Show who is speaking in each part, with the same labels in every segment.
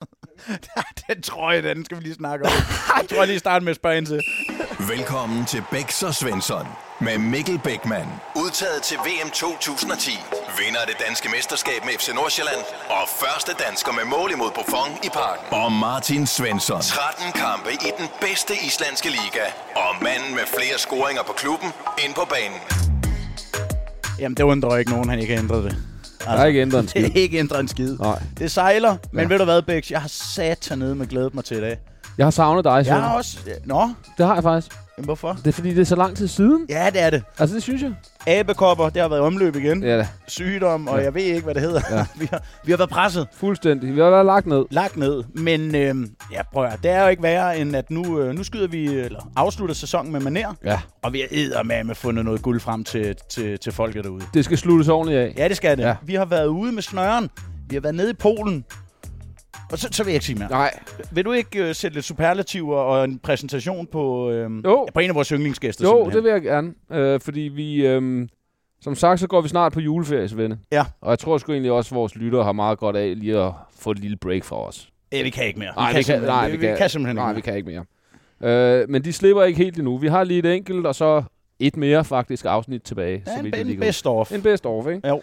Speaker 1: den tror jeg, den skal vi lige snakke om. Jeg tror jeg lige starte med at spørge ind til.
Speaker 2: Velkommen til Bæks og Svensson med Mikkel Bækman. Udtaget til VM 2010. Vinder af det danske mesterskab med FC Nordsjælland. Og første dansker med mål imod Buffon i parken. Og Martin Svensson. 13 kampe i den bedste islandske liga. Og manden med flere scoringer på klubben ind på banen.
Speaker 1: Jamen, det undrer ikke nogen, han ikke har ændret det.
Speaker 3: Der er ikke ændret en skid.
Speaker 1: Det er ikke ændret en skid.
Speaker 3: Nej.
Speaker 1: Det sejler, men
Speaker 3: Ja.
Speaker 1: ved du hvad, Bæks? Jeg har sat nede med glædet mig til i dag.
Speaker 3: Jeg har savnet dig,
Speaker 1: Jeg har
Speaker 3: Svend.
Speaker 1: også... Nå,
Speaker 3: Det har jeg faktisk.
Speaker 1: men hvorfor?
Speaker 3: Det er fordi, det er så lang tid siden.
Speaker 1: Ja, det er det.
Speaker 3: Altså, det synes jeg.
Speaker 1: Abekopper, det har været i omløb igen.
Speaker 3: Ja da.
Speaker 1: Sygdom, og
Speaker 3: Ja.
Speaker 1: jeg ved ikke, hvad det hedder.
Speaker 3: Ja.
Speaker 1: vi, har, vi har været presset.
Speaker 3: Fuldstændig. Vi har været lagt ned.
Speaker 1: lagt ned. Men øh, ja, prøv at, høre, det er jo ikke værre, end at nu, øh, nu skyder vi, eller afslutter sæsonen med maner,
Speaker 3: Ja.
Speaker 1: og vi har med med fundet noget guld frem til, til, til folket derude.
Speaker 3: Det skal sluttes ordentligt af.
Speaker 1: Ja, det skal det. Ja.
Speaker 3: Ja.
Speaker 1: Vi har været ude med snøren. Vi har været nede i Polen. Og så, så vil jeg ikke sige mere.
Speaker 3: Nej.
Speaker 1: Vil du ikke øh, sætte lidt superlativer og en præsentation på, øh,
Speaker 3: Jo.
Speaker 1: på en af vores yndlingsgæster?
Speaker 3: Jo,
Speaker 1: simpelthen?
Speaker 3: det vil jeg gerne. Øh, fordi vi... Øh, som sagt, så går vi snart på juleferie, Svende.
Speaker 1: Ja.
Speaker 3: Og jeg tror sgu egentlig også, at vores lyttere har meget godt af lige at få et lille break fra os.
Speaker 1: Ja, vi kan ikke mere.
Speaker 3: Nej, vi kan-
Speaker 1: simpelthen-
Speaker 3: nej,
Speaker 1: vi,
Speaker 3: vi
Speaker 1: vi
Speaker 3: kan-
Speaker 1: kan simpelthen
Speaker 3: Nej, vi
Speaker 1: ikke
Speaker 3: kan ikke mere. Øh, men de slipper ikke helt endnu. Vi har lige et enkelt, og så et mere faktisk afsnit tilbage. så
Speaker 1: mere.
Speaker 3: vidt
Speaker 1: Ja,
Speaker 3: jeg
Speaker 1: en,
Speaker 3: lige
Speaker 1: en
Speaker 3: kan huske.
Speaker 1: best off.
Speaker 3: En best off, ikke?
Speaker 1: Jo.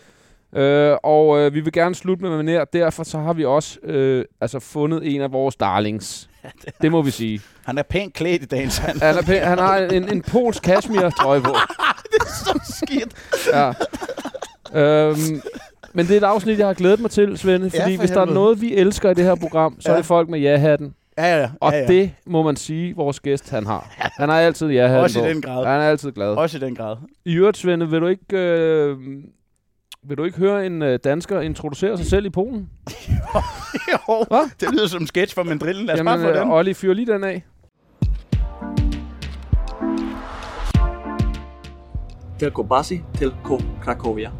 Speaker 3: Øh, og øh, vi vil gerne slutte med maner. Derfor så har vi også øh, altså fundet en af vores darlings. det må vi sige.
Speaker 1: Han er pænt klædt i dagens han.
Speaker 3: Han, er pæ- han har en, en polsk cashmere-trøje på.
Speaker 1: så skidt.
Speaker 3: Ja. Øhm, men det er et afsnit, jeg har glædet mig til, Svende.
Speaker 1: Ja,
Speaker 3: Fordi
Speaker 1: for
Speaker 3: hvis der er
Speaker 1: helvede.
Speaker 3: noget, vi elsker i det her program, så
Speaker 1: Ja.
Speaker 3: er det folk med ja-hatten.
Speaker 1: Ja, ja,
Speaker 3: Og
Speaker 1: ja,
Speaker 3: ja,
Speaker 1: ja.
Speaker 3: ja. det må man sige, vores gæst han har. Han har altid ja han
Speaker 1: Også i
Speaker 3: på.
Speaker 1: den grad.
Speaker 3: Han er altid glad.
Speaker 1: Også i den grad.
Speaker 3: I øvrigt, Svende, vil du ikke, øh, vil du ikke høre en øh, dansker introducere sig selv i Polen?
Speaker 1: Jo,
Speaker 3: Hva?
Speaker 1: det lyder som en sketch fra Mandrillen. Lad os Jamen, bare få
Speaker 3: øh,
Speaker 1: den.
Speaker 3: Olli, fyr lige den af.
Speaker 4: Tylko Basi, tylko Krakowia.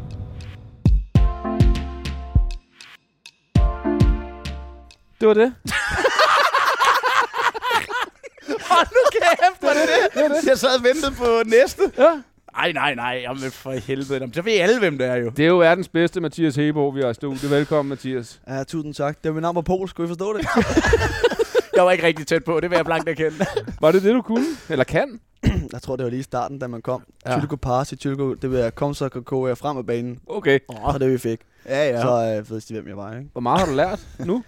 Speaker 3: Det var det.
Speaker 1: Hold nu kæft for det.
Speaker 3: det.
Speaker 1: Jeg sad og ventede på næste.
Speaker 3: Ja.
Speaker 1: Nej, nej, nej. Jamen for helvede. Jamen, så ved alle, hvem det er jo.
Speaker 3: Det er jo verdens bedste Mathias Hebo, vi har i studiet. Velkommen, Mathias.
Speaker 5: Ja, tusind tak. Det var min navn var Pol, skulle I forstå det?
Speaker 1: Jeg var ikke rigtig tæt på. Det vil jeg blankt erkende.
Speaker 3: Var det det, du kunne? Eller kan?
Speaker 5: jeg tror, det var lige i starten, da man kom.
Speaker 3: Ja.
Speaker 5: Ja. Tylko Parsi, Tylko, det var kom så Krakow frem af banen.
Speaker 3: Okay.
Speaker 5: Oh. Og det vi fik.
Speaker 1: ja, ja.
Speaker 5: Så øh, vidste de, hvem jeg var, ikke?
Speaker 3: Hvor meget har du lært nu?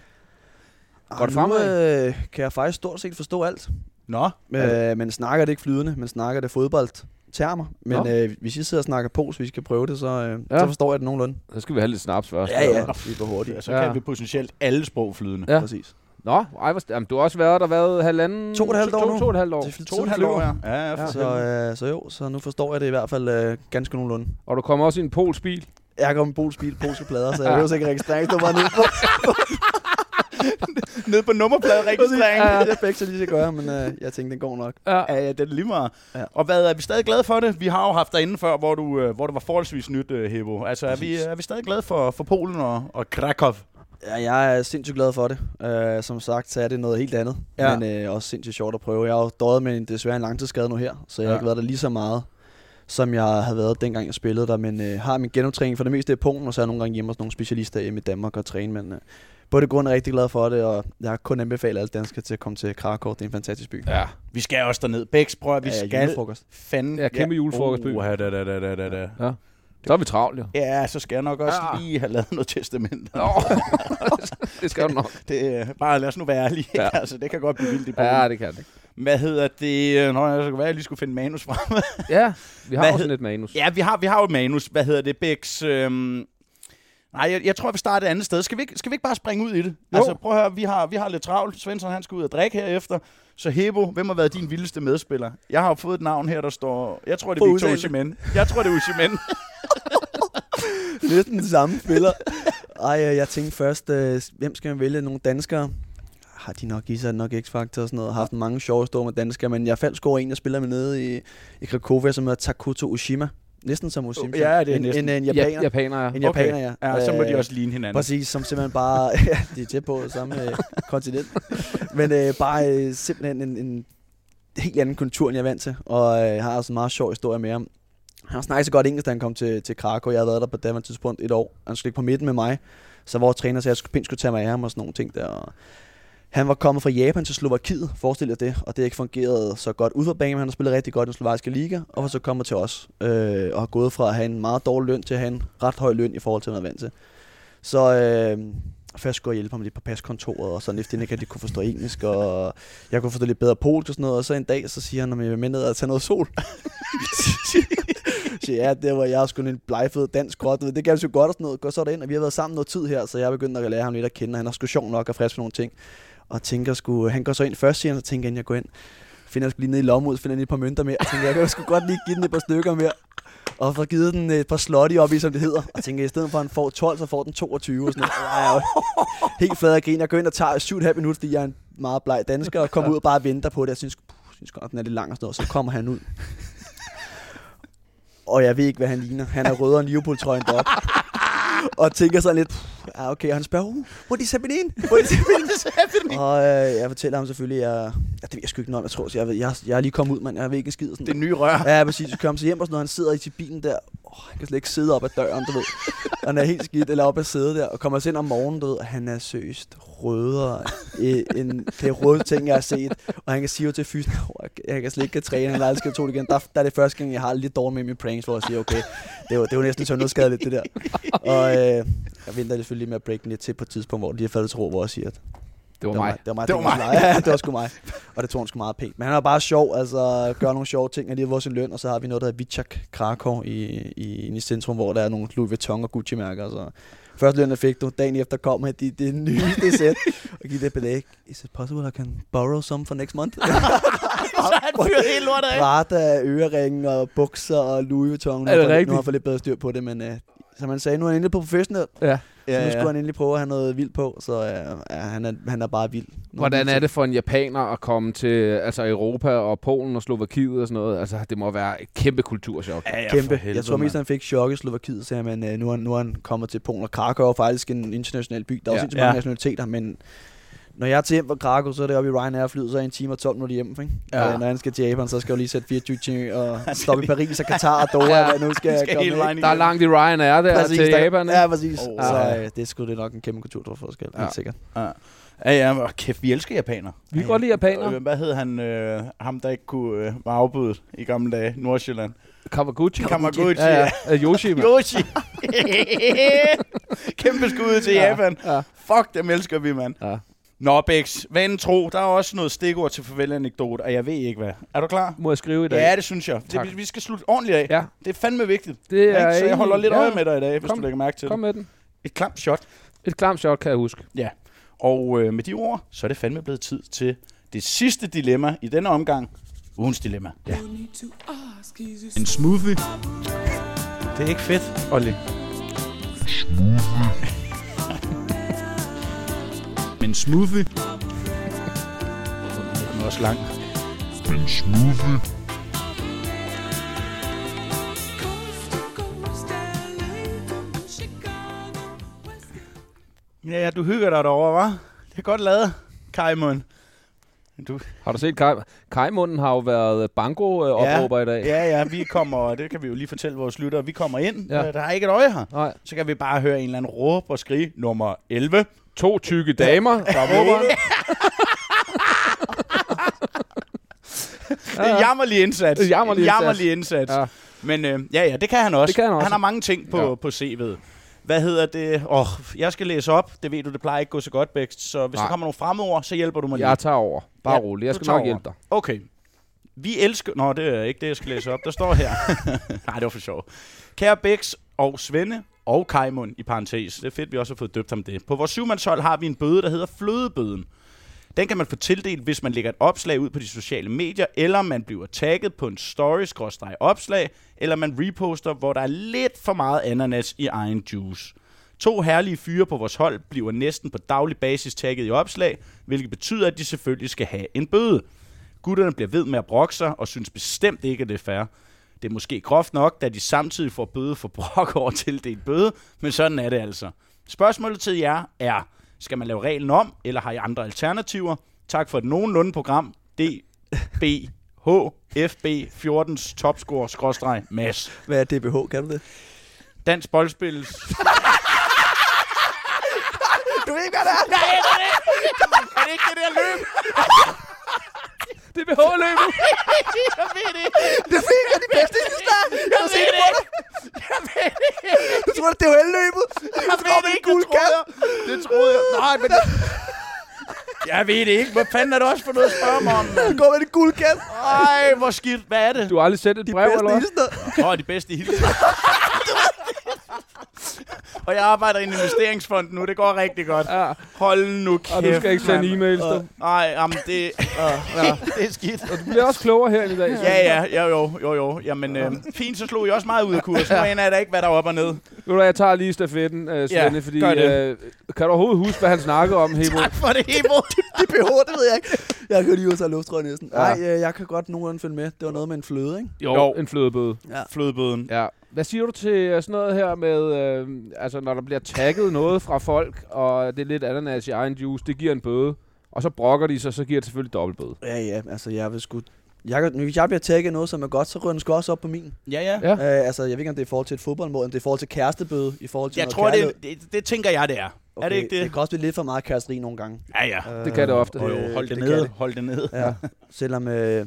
Speaker 5: Og
Speaker 3: Går det
Speaker 5: nu,
Speaker 3: fremad?
Speaker 5: øh, kan jeg faktisk stort set forstå alt.
Speaker 1: Nå.
Speaker 5: Øh, men snakker det ikke flydende, men snakker det fodboldtermer. Men
Speaker 3: Nå.
Speaker 5: øh, hvis I sidder og snakker pols, hvis I skal prøve det, så, øh,
Speaker 3: Ja.
Speaker 5: ja. så forstår jeg det nogenlunde.
Speaker 3: Så skal vi have lidt snaps først.
Speaker 5: Ja, ja.
Speaker 1: Nå.
Speaker 5: Vi er for hurtige.
Speaker 1: Så kan
Speaker 3: Ja.
Speaker 1: vi potentielt alle sprog flydende.
Speaker 3: Ja.
Speaker 5: Ja. Præcis.
Speaker 3: Nå, ej, hvor st- Jamen, du har også været der været halvanden...
Speaker 5: To og et halvt år
Speaker 3: to,
Speaker 5: nu.
Speaker 3: To og et halvt år.
Speaker 5: Det er
Speaker 1: To og et halvt
Speaker 5: flyver.
Speaker 1: år, ja. Ja, ja.
Speaker 3: Ja.
Speaker 1: for
Speaker 5: Så,
Speaker 1: helvede.
Speaker 5: øh, så jo, så nu forstår jeg det i hvert fald øh, ganske nogenlunde.
Speaker 3: Og du kommer også i en polsk bil.
Speaker 5: Jeg kom med Pols bil, polske plader, så jeg
Speaker 3: Ja.
Speaker 5: behøver ikke registreringsnummeret nu.
Speaker 1: Nede på nummerpladeregistreringen.
Speaker 5: Ja, det er begge så lige skal gøre, men øh, jeg tænkte, den går nok.
Speaker 3: Ja.
Speaker 1: Ja, ja, det er lige meget. Ja.
Speaker 5: Ja.
Speaker 1: Og hvad, er vi stadig glade for det? Vi har jo haft dig inde før, hvor du, øh, hvor du var forholdsvis nyt, øh, Hebo. Altså, er vi,
Speaker 5: Præcis.
Speaker 1: er vi stadig glade for, for Polen og, og Krakow?
Speaker 5: Ja, jeg er sindssygt glad for det. Uh, som sagt, så er det noget helt andet.
Speaker 1: Ja.
Speaker 5: Ja. Men uh, også sindssygt sjovt at prøve. Jeg har jo døjet med en, desværre en langtidsskade nu her, så jeg
Speaker 1: Ja.
Speaker 5: ja. har ikke været der lige så meget, som jeg havde været dengang, jeg spillede der. Men uh, har min genoptræning for det meste i Polen, og så er jeg nogle gange hjemme hos nogle specialister hjemme i Danmark og træne. Men uh, på det grund er jeg rigtig glad for det, og jeg har kun anbefalet alle danskere til at komme til Krakow. Det er en fantastisk by.
Speaker 3: Ja.
Speaker 1: Vi skal også derned. Bæks, prøv at vi
Speaker 5: Ja,
Speaker 1: skal
Speaker 5: julefrokost.
Speaker 1: fanden...
Speaker 3: Ja, kæmpe julefrokostby.
Speaker 1: Uha, da, da, da, da, da, da.
Speaker 3: ja. Så er vi travlt, jo.
Speaker 1: Ja, så skal jeg nok også ja.
Speaker 3: Ja.
Speaker 1: lige have lavet noget testament.
Speaker 3: Nå, det skal du nok.
Speaker 1: Det, øh, bare lad os nu være ærlige. Ja.
Speaker 3: Ja.
Speaker 1: altså, det kan godt blive vildt i Polen.
Speaker 3: Ja,
Speaker 1: Ja.
Speaker 3: det kan det.
Speaker 1: Hvad hedder det? Nå, jeg skulle være, jeg lige skulle finde manus frem.
Speaker 3: Ja, vi har
Speaker 1: Hvad
Speaker 3: Hvad også
Speaker 1: hed-
Speaker 3: lidt manus.
Speaker 1: ja, vi har, vi har jo et manus. Hvad hedder det, Bæks? Øhm... Nej, jeg, jeg tror, vi starter et andet sted. Skal vi, ikke, skal vi ikke bare springe ud i det?
Speaker 3: Jo.
Speaker 1: Altså, prøv at høre, vi har, vi har lidt travlt. Svensson, han skal ud og drikke herefter. Så Hebo, hvem har været din vildeste medspiller? Jeg har jo fået et navn her, der står... Jeg tror, det er
Speaker 5: Prøv at
Speaker 1: Victor
Speaker 5: udtale
Speaker 1: Osimhen. Jeg tror, det er Osimhen.
Speaker 5: Næsten den samme spiller. Ej, øh, jeg tænkte først, øh, hvem skal man vælge? Nogle danskere? Har de nok i sig nok X-Factor og sådan noget? Har haft mange sjove store med danskere, men jeg faldt sgu over en, der spiller med nede i, i Krakovia, som hedder Takuto Ushima. Næsten som Ushima.
Speaker 1: Ja, det er
Speaker 5: en,
Speaker 1: næsten.
Speaker 5: En, en japaner.
Speaker 3: Ja, japaner, ja.
Speaker 5: En japaner, ja.
Speaker 1: ja. så må de
Speaker 5: Øh,
Speaker 1: også ligne hinanden.
Speaker 5: Præcis, som simpelthen bare... ja, de er tæt på samme øh, kontinent. Men øh, bare øh, simpelthen en, en helt anden kultur, end jeg er vant til. Og øh, har også en meget sjov historie med ham. Han snakkede så godt engelsk, da han kom til, til Krakow. Jeg havde været der på daværende tidspunkt et år. Han skulle ligge på midten med mig. Så vores træner sagde, at jeg skulle, pænt skulle tage mig af ham og sådan nogle ting der. Og Han var kommet fra Japan til Slovakiet, forestil jer det, og det har ikke fungeret så godt ud for banen, men han har spillet rigtig godt i den slovakiske liga, og var så kommet til os, øh, og har gået fra at have en meget dårlig løn til at have en ret høj løn i forhold til, hvad han er vant til. Så øh, først skulle jeg hjælpe ham lidt på paskontoret, og sådan efter det, kan de kunne forstå engelsk, og jeg kunne forstå lidt bedre polsk og sådan noget, og så en dag, så siger han, at jeg vil med ned og tage noget sol. Så ja, der var jeg sgu en blegfed dansk krot, du ved, det kan jeg jo godt og sådan noget, gå så derind, og vi har været sammen noget tid her, så jeg er begyndt at lære ham lidt at kende, og han er sgu sjov nok og frisk for nogle ting, og tænker sgu, han går så ind først, siger han, så tænker han, jeg går ind, finder jeg sgu lige ned i lommen ud, finder lige et par mønter mere, og tænker, jeg kan sgu godt lige give den et par stykker mere, og får givet den et par slotty op i, som det hedder. Og tænker, i stedet for at han får 12, så får den 22. Og sådan noget. Og jeg er jo helt flad af grin. Jeg går ind og tager 7,5 minutter, fordi jeg er en meget bleg dansker, og kommer ud og bare venter på det. Jeg synes, puh, synes godt, den er lidt lang og sådan noget. Så kommer han ud. Og jeg ved ikke, hvad han ligner. Han er rødere end Liverpool-trøjen deroppe. Og tænker sådan lidt, "Puh, ja, okay, og han spørger, "Uh, what is happening? What is happening? og øh, jeg fortæller ham selvfølgelig, jeg, ja, det ved jeg sgu ikke noget om, jeg tror, så jeg, ved, jeg, jeg er lige kommet ud, mand, jeg ved ikke en skid. og Sådan.
Speaker 1: Det nye rør.
Speaker 5: Ja, præcis. Så kom så hjem og sådan noget. Han sidder i til bilen der. Oh, han kan slet ikke sidde op ad døren, du ved. Og han er helt skidt, eller op ad sædet der. Og kommer så ind om morgenen, du ved. og Han er søst rødere øh, end det røde ting, jeg har set. Og han kan sige jo til fysen, oh, jeg kan slet ikke træne, han har aldrig skal to igen. Der, der, er det første gang, jeg har lidt dårligt med mine pranks, hvor jeg siger, okay, det er jo, det er jo næsten sundhedsskadeligt, det der. Og øh, jeg venter selvfølgelig med at break den lidt til på et tidspunkt, hvor de har faldet til ro, hvor jeg siger, at
Speaker 3: Det var mig.
Speaker 5: det var mig.
Speaker 1: Det var
Speaker 5: Det var mig. der gjorde
Speaker 1: mig.
Speaker 5: det. Ja, det var sgu mig. Og det tog han sgu meget pænt. Men han er bare sjov, altså gør nogle sjove ting, og lige vores løn, og så har vi noget, der hedder Vichak Krakow i, i, inde i centrum, hvor der er nogle Louis Vuitton og Gucci-mærker. Så første løn, jeg fik, du, dagen efter kom han det, det nye det sæt, og giv det belæg. Is it possible I can borrow some for next month?
Speaker 1: Så han fyrer helt lortet af.
Speaker 5: Prada, øreringen og bukser og Louis Vuitton. Nu
Speaker 3: Er det
Speaker 5: har jeg fået- Nu
Speaker 3: rigtigt?
Speaker 5: har jeg fået lidt bedre styr på det, men øh, som han sagde, nu er han endelig på professionel.
Speaker 3: Ja.
Speaker 5: Ja, så nu skulle han endelig prøve at have noget vildt på, så øh, ja, han, er, han er bare vild. Nogle
Speaker 3: Hvordan
Speaker 5: vilde
Speaker 3: er
Speaker 5: ting.
Speaker 3: det for en japaner at komme til altså Europa og Polen og Slovakiet og sådan noget? Altså, det må være et kæmpe kulturschok.
Speaker 1: Ja, ja, for
Speaker 5: Kæmpe.
Speaker 1: helvede,
Speaker 5: jeg tror mest,
Speaker 1: mand.
Speaker 5: han fik chok i Slovakiet, sagde man, øh, nu er, han- nu er han kommet til Polen. Og Krakow er faktisk en international by. Der er
Speaker 3: Ja.
Speaker 5: også ja. mange
Speaker 1: Ja.
Speaker 5: nationaliteter, men når jeg er til hjem fra Krakow, så er det oppe i Ryanair-flyet, så er jeg en time og 12 minutter hjemme. Ikke?
Speaker 1: Ja.
Speaker 5: Ja. Øh, når han skal til Japan, så skal jeg jo lige sætte 24 timer og
Speaker 1: skal
Speaker 5: stoppe i
Speaker 1: lige-
Speaker 5: Paris og Katar og Doha,
Speaker 3: Ja.
Speaker 5: ja. hvad nu skal,
Speaker 1: Skal
Speaker 5: jeg komme
Speaker 1: hele
Speaker 5: ikke?
Speaker 1: vejen
Speaker 3: Der er langt i Ryanair der til
Speaker 5: der-
Speaker 3: Japan. ikke?
Speaker 5: Ja, præcis.
Speaker 1: Åh.
Speaker 5: Oh, så øh, det skulle det nok en kæmpe kulturforskel, ja.
Speaker 3: Ja.
Speaker 5: helt sikkert.
Speaker 1: Ja, ja, og kæft, vi elsker japanere.
Speaker 3: Vi kan godt lide
Speaker 1: Øh,
Speaker 3: japanere.
Speaker 1: Hvad hed han, øh, ham der ikke kunne øh, var afbudet i gamle dage, Nordsjælland?
Speaker 3: Kamaguchi.
Speaker 1: Kamaguchi.
Speaker 3: Ja, ja. Øh, Yoshi, mand.
Speaker 1: Yoshi. Kæmpe skud til
Speaker 3: Ja,
Speaker 1: Japan.
Speaker 3: ja.
Speaker 1: Fuck, dem elsker vi, mand.
Speaker 3: Ja.
Speaker 1: Nå, Bex, vanen tro, der er også noget stikord til farvelanekdoter, og jeg ved ikke hvad. Er du klar?
Speaker 3: Må jeg skrive i dag?
Speaker 1: Ja, det synes jeg.
Speaker 3: Tak.
Speaker 1: Det, vi skal slutte ordentligt af.
Speaker 3: Ja.
Speaker 1: Det er fandme vigtigt.
Speaker 3: Det er
Speaker 1: ikke? Så jeg
Speaker 3: egentlig-
Speaker 1: holder lidt
Speaker 3: ja.
Speaker 1: øje med dig i dag, hvis
Speaker 3: Kom.
Speaker 1: du lægger mærke til
Speaker 3: Kom
Speaker 1: det.
Speaker 3: med den.
Speaker 1: Et klamt shot.
Speaker 3: Et klamt shot, kan jeg huske.
Speaker 1: Og øh, med de ord, så er det fandme blevet tid til det sidste dilemma i denne omgang. Ugens dilemma. Ja.
Speaker 6: En smoothie.
Speaker 1: Det er ikke fedt, Olli.
Speaker 6: En smoothie.
Speaker 1: Den er også lang. Ja, ja, du hygger dig derovre, hva'? Det er godt lavet, Kajmund. Du,
Speaker 3: Har du set Kaj? Kajmunden har jo været banko-opråber i dag.
Speaker 1: Ja, ja, vi kommer, og det kan vi jo lige fortælle vores lyttere, vi kommer ind,
Speaker 3: Ja.
Speaker 1: ja. der er ikke et øje her.
Speaker 3: Nej.
Speaker 1: Så kan vi bare høre en eller anden råb og skrige, nummer 11.
Speaker 3: To tykke damer, der råber.
Speaker 1: Ja, ja. Jammerlig indsats.
Speaker 3: En jammerlig
Speaker 1: En
Speaker 3: indsats.
Speaker 1: jammerlig indsats. Ja.
Speaker 3: Ja.
Speaker 1: Men øh, ja, ja, det kan han også.
Speaker 3: Det kan han også.
Speaker 1: Han har mange ting på, ja.
Speaker 3: Ja.
Speaker 1: på CV'et. Hvad hedder det? Åh, oh, jeg skal læse op. Det ved du, det plejer ikke at gå så godt, Bækst. Så hvis Nej.
Speaker 3: Nej.
Speaker 1: der kommer nogle fremmedord, så hjælper du mig lige.
Speaker 3: Jeg tager over. Bare
Speaker 1: Ja,
Speaker 3: rolig. Jeg
Speaker 1: du
Speaker 3: skal
Speaker 1: tager
Speaker 3: nok
Speaker 1: over.
Speaker 3: hjælpe dig.
Speaker 1: Okay. Vi elsker... Nå, det er ikke det, jeg skal læse op. Der står her. Nej, det var for sjov. Kære Bæks og Svende og Kajmund i parentes. Det er fedt, vi også har fået døbt ham det. På vores syvmandshold har vi en bøde, der hedder flødebøden. Den kan man få tildelt, hvis man lægger et opslag ud på de sociale medier, eller man bliver tagget på en story-opslag, eller man reposter, hvor der er lidt for meget ananas i egen juice. To herlige fyre på vores hold bliver næsten på daglig basis tagget i opslag, hvilket betyder, at de selvfølgelig skal have en bøde. Gutterne bliver ved med at brokke sig, og synes bestemt ikke, at det er fair. Det er måske groft nok, da de samtidig får bøde for brok over tildelt bøde, men sådan er det altså. Spørgsmålet til jer er, skal man lave reglen om, eller har I andre alternativer? Tak for et nogenlunde program. D, B, H, FB, 14's topscore, skråstreg, mas.
Speaker 5: Hvad er DBH, kan du det?
Speaker 1: Dansk boldspil.
Speaker 5: Du ved ikke, hvad det er?
Speaker 1: Nej, jeg ved det. Er det ikke det der løb?
Speaker 3: Det er BH-løbet.
Speaker 1: Jeg ved det.
Speaker 5: Det er fordi, jeg er de bedste i sidste dag. Jeg har set det på dig.
Speaker 1: Jeg ved det.
Speaker 5: Du tror, det er DHL-løbet.
Speaker 1: Jeg
Speaker 5: Så kommer
Speaker 1: ved det
Speaker 5: en
Speaker 1: ikke.
Speaker 5: gul
Speaker 1: Det troede jeg. Det troede jeg. Nej, men... Jeg ved det ikke. Hvad fanden er det også for noget at spørge mig om?
Speaker 5: Du går med det gule kast.
Speaker 1: Ej, hvor skidt. Hvad er det?
Speaker 3: Du har aldrig sendt et
Speaker 5: De
Speaker 3: brev,
Speaker 5: bedste
Speaker 3: eller
Speaker 5: i
Speaker 3: hvad?
Speaker 5: sidste dag.
Speaker 1: Åh, oh, de bedste i hele Og jeg arbejder i en investeringsfond nu. Det går rigtig godt.
Speaker 3: Ja,
Speaker 1: Hold nu kæft,
Speaker 3: og du skal ikke sende e-mails. du.
Speaker 1: Nej, jamen det... det er skidt.
Speaker 3: Du bliver også klogere her i dag. så.
Speaker 1: Ja, ja, jo, jo, jo, jo. Jamen, øh, fint, så slog I også meget ud af kursen. Nu aner jeg da ikke, hvad der er op og ned.
Speaker 3: Ved du hvad, jeg tager lige stafetten, øh, Svende, fordi...
Speaker 1: gør det.
Speaker 3: Øh, kan du overhovedet huske, hvad han snakkede om, Hebo?
Speaker 1: Tak for det, Hebo.
Speaker 5: De BH, det ved jeg ikke. Jeg kan lige ud af lufttrøjen næsten. Nej, øh, jeg kan godt nogenlunde følge med. Det var noget med en fløde, ikke?
Speaker 3: Jo,
Speaker 1: Jo.
Speaker 3: en flødebøde.
Speaker 1: Flødebøden.
Speaker 3: Ja. Hvad siger du til øh, sådan noget her med, øh, altså når der bliver tagget noget fra folk, og det er lidt ananas i egen juice, det giver en bøde, og så brokker de sig, så giver det selvfølgelig dobbelt bøde.
Speaker 5: Ja, ja, altså jeg vil sgu... Jeg, kan- hvis jeg bliver tagget i noget, som er godt, så rører den sgu også op på min.
Speaker 1: Ja, ja.
Speaker 3: Ja.
Speaker 5: Øh, altså, jeg ved ikke, om det er i forhold til et fodboldmål, om det er i forhold til kærestebøde, i forhold til
Speaker 1: Jeg
Speaker 5: noget
Speaker 1: tror,
Speaker 5: kærlighed.
Speaker 1: det, det, det tænker jeg, det er. Okay, er det ikke
Speaker 5: Det
Speaker 1: det?
Speaker 5: kan også blive lidt for meget kæresteri nogle gange.
Speaker 1: Ja, ja.
Speaker 3: Det kan det ofte.
Speaker 1: Jo, jo,
Speaker 5: øh,
Speaker 1: hold det,
Speaker 5: det
Speaker 1: nede.
Speaker 5: kan det.
Speaker 1: Hold det nede.
Speaker 5: Ja, selvom øh,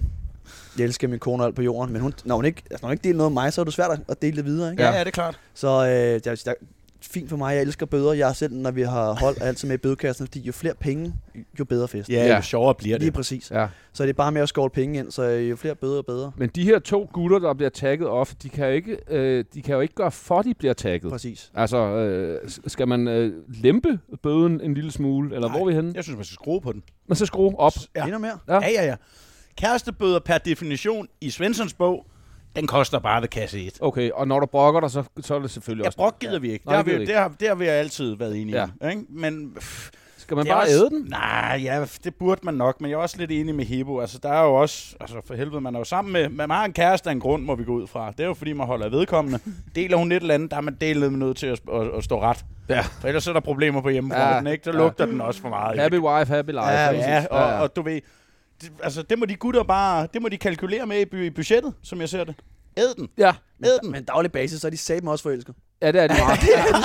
Speaker 5: jeg elsker min kone og alt på jorden, men hun, når, hun ikke, altså, når hun ikke deler noget med mig, så er det svært at- at dele det videre. Ikke?
Speaker 1: Ja,
Speaker 3: Ja.
Speaker 1: ja, det er klart.
Speaker 5: Så øh, jeg, vil sige, der, fint for mig, jeg elsker bøder. Jeg er selv, når vi har holdt altid med i bødekassen, fordi jo flere penge, jo bedre fest.
Speaker 1: Ja,
Speaker 3: Ja.
Speaker 1: jo sjovere bliver
Speaker 5: Lige
Speaker 1: det.
Speaker 5: præcis.
Speaker 3: Ja.
Speaker 5: Så det er bare med at skovle penge ind, så øh, jo flere bøder, jo bedre.
Speaker 3: Men de her to gutter, der bliver tagget ofte, de kan jo ikke, øh, de kan jo ikke gøre for, de bliver tagget.
Speaker 5: Præcis.
Speaker 3: Altså, øh, s- skal man øh, lempe bøden en lille smule, eller Nej. hvor er vi henne?
Speaker 1: Jeg synes, man skal skrue på den.
Speaker 3: Men så skrue op.
Speaker 5: Ja.
Speaker 1: Ja.
Speaker 5: Endnu mere.
Speaker 3: Ja.
Speaker 1: Ja, ja, ja. Kærestebøder per definition i Svensons bog, den koster bare ved kasse 1.
Speaker 3: Okay, og når du brokker dig, så, så er det selvfølgelig
Speaker 1: Ja,
Speaker 3: også...
Speaker 1: brok gider vi ikke.
Speaker 3: Nej,
Speaker 1: Der, har
Speaker 3: det gider
Speaker 1: vi,
Speaker 3: vi
Speaker 1: der, har, der har vi altid været enige
Speaker 3: Ja.
Speaker 1: ja. i. Ikke? Men pff,
Speaker 3: Skal man
Speaker 1: det er
Speaker 3: bare
Speaker 1: også,
Speaker 3: æde den?
Speaker 1: Nej, ja, det burde man nok, men jeg er også lidt enig med Hebo. Altså, der er jo også, altså for helvede, man er jo sammen med, man har en kæreste af en grund, må vi gå ud fra. Det er jo fordi, man holder af vedkommende. Deler hun et eller andet, der er man delet med nødt til at, at, at, stå ret.
Speaker 3: Ja.
Speaker 1: For ellers er der problemer på hjemmefronten,
Speaker 3: Ja.
Speaker 1: ja. ikke? Der
Speaker 3: Ja.
Speaker 1: lugter den også for meget.
Speaker 3: Happy wife, happy life.
Speaker 5: Ja,
Speaker 3: ikke?
Speaker 1: Ja, og, og du ved, det, altså det må de gutter bare, det må de kalkulere med i, by, i budgettet, som jeg ser det. Æd den,
Speaker 3: ja.
Speaker 1: æd den.
Speaker 5: Men daglig basis, så er de satme også forelsket.
Speaker 3: ja, det er det meget.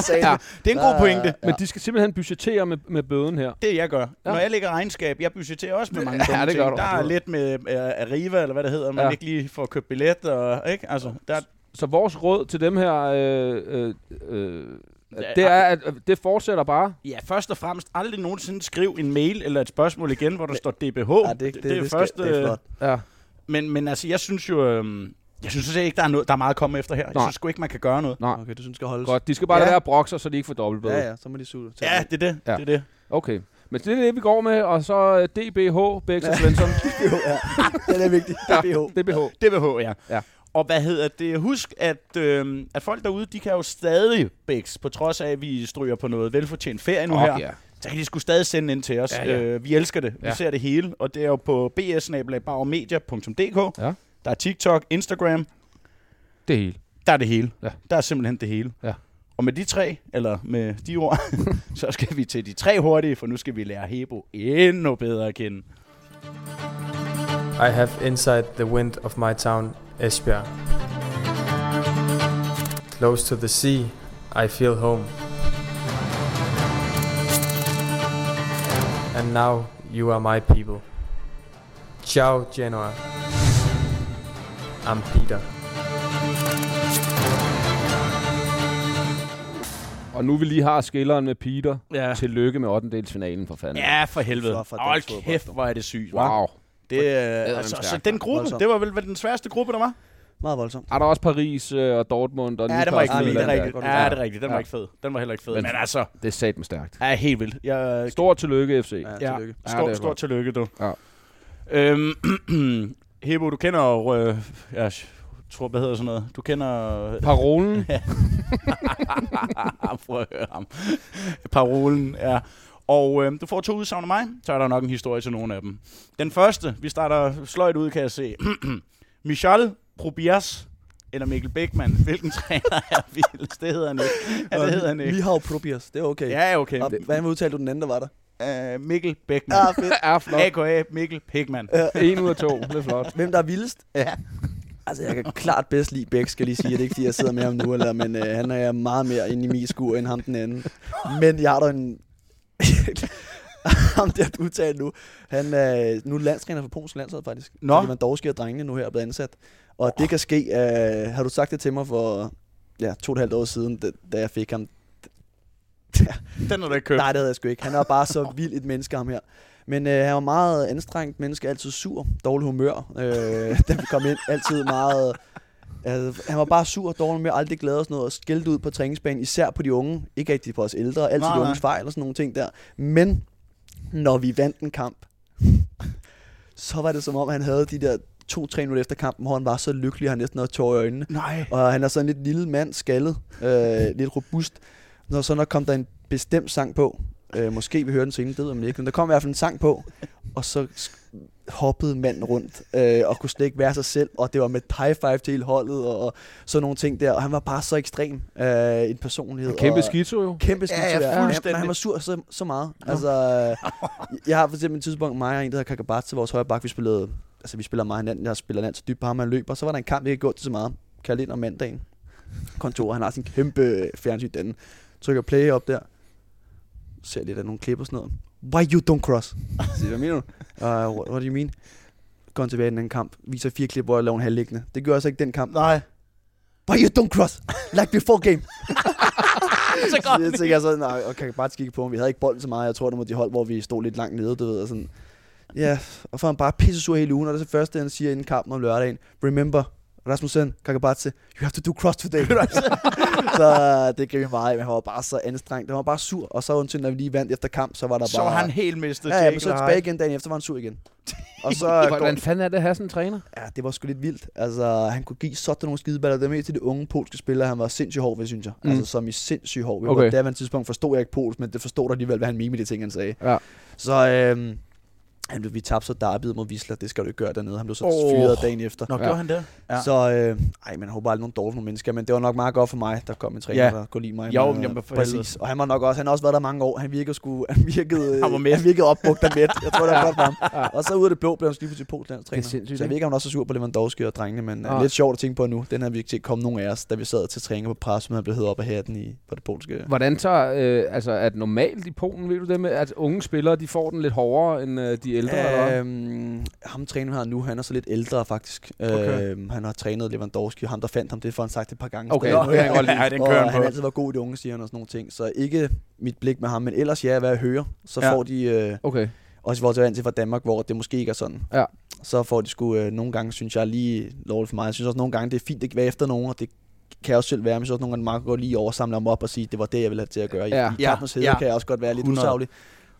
Speaker 5: ja.
Speaker 3: Ja.
Speaker 1: Det er en god pointe.
Speaker 3: Men de skal simpelthen budgettere med, med bøden her.
Speaker 1: Det er jeg gør.
Speaker 3: Ja.
Speaker 1: Ja. Når jeg lægger regnskab, jeg budgeterer også med mange
Speaker 3: Ja,
Speaker 1: dumme
Speaker 3: det gør
Speaker 1: ting.
Speaker 3: du.
Speaker 1: Der er lidt med uh, Arriva, eller hvad det hedder, man
Speaker 3: Ja.
Speaker 1: ja. ikke lige får købt billet. Og, ikke? Altså, der,
Speaker 3: Så vores råd til dem her, øh, øh, øh, det er, at øh, det fortsætter bare.
Speaker 1: ah, ja, først og fremmest, aldrig nogensinde skriv en mail eller et spørgsmål igen, hvor der står DBH.
Speaker 5: Ja, det, det, det, det, skal, det er flot.
Speaker 3: Ja.
Speaker 1: øh, Men, men altså, jeg synes jo... Øhm, jeg synes altså ikke, der er, noget, der er meget at komme efter her. Jeg
Speaker 3: Nej.
Speaker 1: synes sgu ikke, man kan gøre noget.
Speaker 3: Nej,
Speaker 5: Okay, du synes, det skal holdes.
Speaker 3: godt. De skal bare
Speaker 5: Ja.
Speaker 3: ja. lade være at brokke sig, så de ikke får dobbeltbøde.
Speaker 5: Ja, ja, så må de suge. tage
Speaker 1: Ja,
Speaker 5: det.
Speaker 1: det er det.
Speaker 3: Ja.
Speaker 1: Ja. det, er det.
Speaker 3: Okay. Men det er det, vi går med, og så øh, DBH, Bex og Svensson.
Speaker 5: ja. Det er vigtigt. Det er BH.
Speaker 3: DBH.
Speaker 1: DBH, ja.
Speaker 3: Ja.
Speaker 1: Og hvad hedder det? Husk, at, øh, at folk derude, de kan jo stadig bæks, på trods af, at vi stryger på noget velfortjent ferie nu
Speaker 3: Fuck
Speaker 1: her.
Speaker 3: ja.
Speaker 1: Så kan de sgu stadig sende ind til os.
Speaker 3: Ja,
Speaker 1: Ja,
Speaker 3: ja.
Speaker 1: ja. Øh, vi elsker det.
Speaker 3: Ja.
Speaker 1: Vi ser det hele. Og det er jo på bs
Speaker 3: Ja.
Speaker 1: Der er TikTok, Instagram.
Speaker 3: Det hele.
Speaker 1: Der er det hele.
Speaker 3: Ja.
Speaker 1: Der er simpelthen det hele.
Speaker 3: Ja.
Speaker 1: Og med de tre, eller med de ord, så skal vi til de tre hurtige, for nu skal vi lære Hebo endnu bedre at kende.
Speaker 7: I have inside the wind of my town, Esbjerg. Close to the sea, I feel home. And now you are my people. Ciao, Genoa. I'm Peter.
Speaker 3: Og nu vi lige har skilleren med Peter.
Speaker 1: Ja,
Speaker 3: Tillykke med 8. delsfinalen for fanden.
Speaker 1: ja for helvede.
Speaker 5: Flot for dansk
Speaker 1: Hold
Speaker 5: fodbold.
Speaker 1: kæft, hvor er det sygt. hva'?
Speaker 3: Wow.
Speaker 1: Det, øh,
Speaker 3: man
Speaker 1: altså,
Speaker 3: stærk,
Speaker 1: så
Speaker 3: mand.
Speaker 1: den gruppe,
Speaker 5: Voldsomt.
Speaker 1: det var vel vel den sværeste gruppe, der var?
Speaker 5: Meget voldsomt.
Speaker 3: Er der også Paris øh, og Dortmund og
Speaker 1: Ja, det var ikke
Speaker 5: fed,
Speaker 1: fed.
Speaker 5: den
Speaker 1: Det er
Speaker 3: Newcastle?
Speaker 5: der.
Speaker 1: rigtigt.
Speaker 5: Godt,
Speaker 1: Ja,
Speaker 3: ja.
Speaker 1: det er rigtigt. Den var
Speaker 3: Ja.
Speaker 1: ikke fed. Den var heller ikke fed.
Speaker 3: Men-
Speaker 1: Men, altså,
Speaker 3: Det er satme stærkt.
Speaker 1: ja, helt vildt. Jeg,
Speaker 3: Stort tillykke, FC.
Speaker 5: Ja,
Speaker 1: ja,
Speaker 5: tillykke.
Speaker 3: Ja,
Speaker 1: Stor,
Speaker 3: det er
Speaker 1: stort
Speaker 3: godt.
Speaker 1: tillykke, du.
Speaker 3: Ja.
Speaker 1: Øhm, Hebo, du kender jo... Øh, jeg tror, hvad hedder sådan noget? Du kender...
Speaker 3: Parolen.
Speaker 1: ah, Prøv at høre ham. Parolen, ja. Og øh, du får to udsagn af mig, så er der nok en historie til nogle af dem. Den første, vi starter sløjt ud, kan jeg se. Michel Probias eller Mikkel Bækman. Hvilken træner er vildest? Det hedder han ikke. Ja, det hedder han ikke.
Speaker 5: Mihao Probias, det er okay.
Speaker 1: Ja, okay.
Speaker 5: Og, hvordan udtalte du den anden, der var der?
Speaker 1: Uh, Mikkel Bækman.
Speaker 5: Ah, fedt.
Speaker 3: er flot.
Speaker 1: A.K.A. Mikkel Bækman.
Speaker 3: En ud af to. Det er flot.
Speaker 5: Hvem der er vildest? Ja. Altså, jeg kan klart bedst lide Bæk, skal jeg lige sige. Det er ikke, fordi jeg sidder med ham nu, eller, men øh, han er meget mere inde i min skur end ham den anden. Men jeg har da en... ham der, du taler nu, han er nu er landstræner for Polens landshold faktisk.
Speaker 1: Nå.
Speaker 5: Fordi man dog sker drengene nu her er blevet ansat. Og det kan ske, øh, har du sagt det til mig for ja, to og et halvt år siden, da, da jeg fik ham.
Speaker 1: Den er da købt.
Speaker 5: Nej, det havde jeg sgu ikke. Han er bare så vild et menneske, ham her. Men øh, han var meget anstrengt menneske, altid sur, dårlig humør, øh, da vi kom ind. Altid meget... Altså, han var bare sur, dårlig humør, aldrig glad og sådan noget, og skældte ud på træningsbanen, især på de unge. Ikke rigtig på os ældre, altid
Speaker 1: Nej,
Speaker 5: de
Speaker 1: nej.
Speaker 5: unges fejl og sådan nogle ting der. Men når vi vandt en kamp, så var det som om, han havde de der to-tre minutter efter kampen, hvor han var så lykkelig, at han næsten havde tårer i øjnene.
Speaker 1: Nej.
Speaker 5: Og han er sådan lidt lille mand, skaldet, øh, lidt robust. Når så når kom der en bestemt sang på, øh, måske vi hører den senere, det ved man ikke, men der kom i hvert fald en sang på, og så sk- hoppede manden rundt, øh, og kunne slet ikke være sig selv, og det var med high five til hele holdet, og, og sådan nogle ting der, og han var bare så ekstrem øh, en personlighed.
Speaker 3: Kæmpe
Speaker 5: og,
Speaker 3: skizo jo.
Speaker 5: Kæmpe
Speaker 1: Ja,
Speaker 5: skidt,
Speaker 1: ja,
Speaker 5: men
Speaker 1: fuldstændig.
Speaker 5: han var sur så, så meget. Altså, øh, jeg har for eksempel et tidspunkt, mig og en, der hedder Kakabatse, vores højre bak, vi spillede, altså vi spiller meget hinanden, jeg spiller land så dybt på ham, han løber, så var der en kamp, vi ikke gået til så meget. Kaldt ind om mandagen. Kontor, han har sådan en kæmpe øh, fjernsyn den. Trykker play op der. Ser lidt af nogle klip og sådan noget. Why you don't cross? Jeg Siger, hvad mener du? Uh, what, what do you mean? Går han tilbage i den anden kamp. Viser fire klip, hvor jeg laver en halvliggende. Det gør jeg så ikke den kamp.
Speaker 1: Nej.
Speaker 5: Why you don't cross? Like before game.
Speaker 1: Så
Speaker 5: Så jeg tænker sådan, nej, og kan bare kigge på ham. Vi havde ikke bolden så meget. Jeg tror, det var de hold, hvor vi stod lidt langt nede, du ved. Og sådan. Ja, og for han bare pisse sur hele ugen. Og det er så første, han siger inden kampen om lørdagen. Remember, Rasmussen, Kakabatse, you have to do cross today. så det gav vi meget af, men han var bare så anstrengt. Han var bare sur, og så undtil, når vi lige vandt efter kamp, så var der
Speaker 1: Så
Speaker 5: bare...
Speaker 1: var han helt mistet.
Speaker 5: ja, ja, men
Speaker 1: Jake
Speaker 5: så
Speaker 1: Leje.
Speaker 5: tilbage igen dagen efter, var han sur igen. Og så
Speaker 3: Hvordan fanden er det at have sådan en træner?
Speaker 5: Ja, det var sgu lidt vildt. Altså, han kunne give sådan nogle skideballer. Det var mest til de unge polske spillere, han var sindssygt hård ved, synes jeg. Mm.
Speaker 3: Mm.
Speaker 5: Altså, som i sindssygt hård ved.
Speaker 3: Okay.
Speaker 5: Okay. På daværende tidspunkt forstod jeg ikke polsk, men det forstod der alligevel, hvad han mente med de ting, han sagde.
Speaker 3: Ja.
Speaker 5: Så øhm, han blev, vi tabte så derbyet mod Wisla, det skal du ikke gøre dernede. Han blev så
Speaker 1: Åh.
Speaker 5: oh. fyret dagen efter.
Speaker 1: Nå,
Speaker 3: Ja.
Speaker 1: gjorde han det? ja.
Speaker 5: Så, øh, ej, man håber aldrig nogen dårlige nogle mennesker, men det var nok meget godt for mig, der kom en træner,
Speaker 1: Ja.
Speaker 5: der kunne lide mig.
Speaker 1: Jo,
Speaker 5: Men,
Speaker 1: men
Speaker 5: øh,
Speaker 1: jamen, for
Speaker 5: præcis.
Speaker 1: helvede.
Speaker 5: Og han var nok også, han har også været der mange år. Han virkede sgu, han virkede,
Speaker 1: Han var mæt.
Speaker 5: han virkede opbrugt og mæt. Jeg tror, det var godt for ham. Og så ud af det blå blev han lige pludselig polsk landstræner.
Speaker 3: Det er sindssygt,
Speaker 5: Så jeg ved ikke, om han også er sur på Lewandowski og drengene, men
Speaker 3: Nej.
Speaker 5: øh, lidt sjovt at tænke på nu. Den har vi ikke set komme nogen af os, da vi sad til træninger på pres, men han blev hævet op af hatten i, på det polske.
Speaker 3: Hvordan tager, øh, altså at normalt i Polen, ved du det med, at unge spillere, de får den lidt hårdere end øh, de ældre? eller hvad?
Speaker 5: Øhm, ham træneren har nu, han er så lidt ældre faktisk.
Speaker 1: Okay.
Speaker 5: Øhm, han har trænet Lewandowski, ham der fandt ham, det får han sagt et par gange.
Speaker 3: Okay.
Speaker 5: Så det
Speaker 3: Nå,
Speaker 5: må
Speaker 3: ja,
Speaker 5: jeg
Speaker 1: ja,
Speaker 5: lide.
Speaker 1: ja, den kører
Speaker 5: og
Speaker 1: han på.
Speaker 5: han har altid var god i de unge, siger han og sådan nogle ting. Så ikke mit blik med ham, men ellers ja, hvad jeg hører, så
Speaker 1: Ja.
Speaker 5: ja. får de, øh,
Speaker 3: Okay.
Speaker 5: også i forhold til vant til fra Danmark, hvor det måske ikke er sådan.
Speaker 3: Ja.
Speaker 5: Så får de sgu øh, nogle gange, synes jeg lige lovligt for mig. Jeg synes også nogle gange, det er fint at være efter nogen, og det kan jeg også selv være, men jeg synes også nogle gange, man kan godt lige over samle ham op og sige, det var det, jeg ville have til at gøre.
Speaker 3: Ja.
Speaker 5: I, i kampens hede
Speaker 1: Ja.
Speaker 5: kan jeg også godt være lidt
Speaker 1: 100.
Speaker 5: usaglig.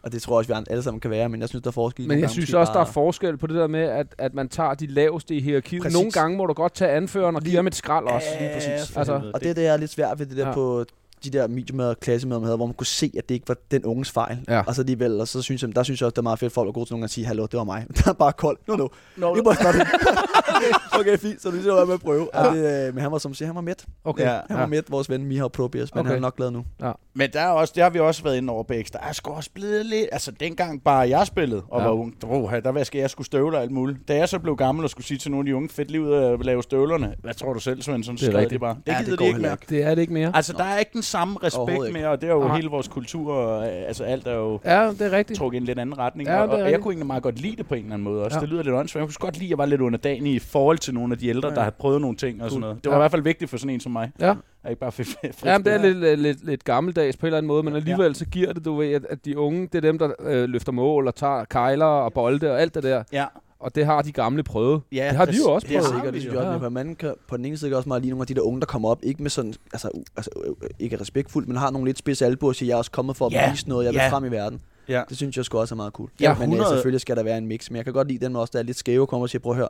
Speaker 5: Og det tror jeg også, vi alle sammen kan være, men jeg synes, der er forskel.
Speaker 3: Men
Speaker 5: Nogle
Speaker 3: jeg
Speaker 5: gange
Speaker 3: synes
Speaker 5: måske
Speaker 3: også, der
Speaker 5: bare-
Speaker 3: er forskel på det der med, at, at man tager de laveste i hierarkiet.
Speaker 5: Præcis.
Speaker 3: Nogle gange må du godt tage anføreren og give ham et skrald også.
Speaker 1: Ja, Lige præcis.
Speaker 3: Altså,
Speaker 5: Og det, der er lidt svært ved det der
Speaker 3: Ja.
Speaker 5: ja. på de der mediemøder og klassemøder, man havde, hvor man kunne se, at det ikke var den unges fejl.
Speaker 3: Ja.
Speaker 5: Og så alligevel, og så synes jeg, der synes jeg også, det er meget fedt, at folk er gode til nogle gange at sige, hallo, det var mig. Det er bare koldt. No, no.
Speaker 1: Nå,
Speaker 5: I må stoppe. okay, fint, så du skal være med at prøve. Ja. Og det, øh, men han var som siger, han var mæt.
Speaker 3: okay.
Speaker 1: Ja.
Speaker 5: Han var mæt, vores ven Miha Probias, men
Speaker 3: Okay.
Speaker 5: okay. han er nok glad nu.
Speaker 1: Men der er også, det har vi også været inde over Bæks. Der er sgu også blevet lidt... Altså, dengang bare jeg spillede og
Speaker 3: Ja.
Speaker 1: ja. var ung, oh, der vaskede jeg skulle støvler og alt muligt. Da jeg så blev gammel og skulle sige til nogle af de unge, fedt lige ud af at lave støvlerne. Hvad tror du selv, Svensson?
Speaker 3: Det er
Speaker 1: Så skrev de
Speaker 3: rigtigt.
Speaker 1: bare. Det
Speaker 5: Ja,
Speaker 1: gider
Speaker 5: det
Speaker 1: de
Speaker 5: går
Speaker 1: ikke
Speaker 5: heller
Speaker 1: mere.
Speaker 3: Det er det ikke mere.
Speaker 1: Altså, der er ikke den samme
Speaker 5: Overhovedet
Speaker 1: respekt
Speaker 5: ikke.
Speaker 1: mere, og det er jo
Speaker 3: Nej.
Speaker 1: hele vores kultur, og øh, altså alt er jo
Speaker 3: Ja, det er rigtigt.
Speaker 1: trukket i en lidt anden retning.
Speaker 3: Ja, det er
Speaker 1: og, og jeg
Speaker 3: rigtigt.
Speaker 1: kunne egentlig meget godt lide det på en eller anden måde også.
Speaker 3: Ja.
Speaker 1: Ja. Det lyder lidt åndssvagt. Jeg kunne godt lide, at jeg var lidt underdanig i forhold til nogle af de ældre, ja. der
Speaker 5: Ja.
Speaker 1: havde prøvet nogle ting og sådan noget. Det var
Speaker 3: Ja.
Speaker 1: i hvert fald vigtigt for sådan en som mig.
Speaker 3: Ja.
Speaker 1: Jeg ikke bare fik frit
Speaker 3: Ja, men det er
Speaker 1: spil.
Speaker 3: lidt, øh, lidt, lidt gammeldags på en eller anden måde, men alligevel så giver det, du ved, at, at de unge, det er dem, der øh, løfter mål og tager kejler og bolde og alt det der,
Speaker 1: Ja.
Speaker 3: og det har de gamle prøvet.
Speaker 1: Ja,
Speaker 3: det har de
Speaker 1: præcis.
Speaker 3: jo også
Speaker 1: Det er
Speaker 5: Det er
Speaker 3: prøvet.
Speaker 1: har
Speaker 5: sikkert,
Speaker 1: vi
Speaker 5: det synes
Speaker 1: jo.
Speaker 5: jeg også, men på, den anden, kan- på den ene side kan jeg også meget lige nogle af de der unge, der kommer op, ikke med sådan, altså, u- altså øh, ikke respektfuldt, men har nogle lidt spidse albuer, og siger, jeg er også kommet for at
Speaker 1: Ja.
Speaker 5: vise noget, jeg vil
Speaker 1: Ja.
Speaker 5: frem i verden.
Speaker 1: Ja.
Speaker 5: Det synes jeg sgu også er meget cool.
Speaker 1: Ja,
Speaker 5: men øh,
Speaker 1: 100.
Speaker 5: selvfølgelig skal der være en mix, men jeg kan godt lide den med også, der er lidt skæve, kommer og siger, prøv at høre,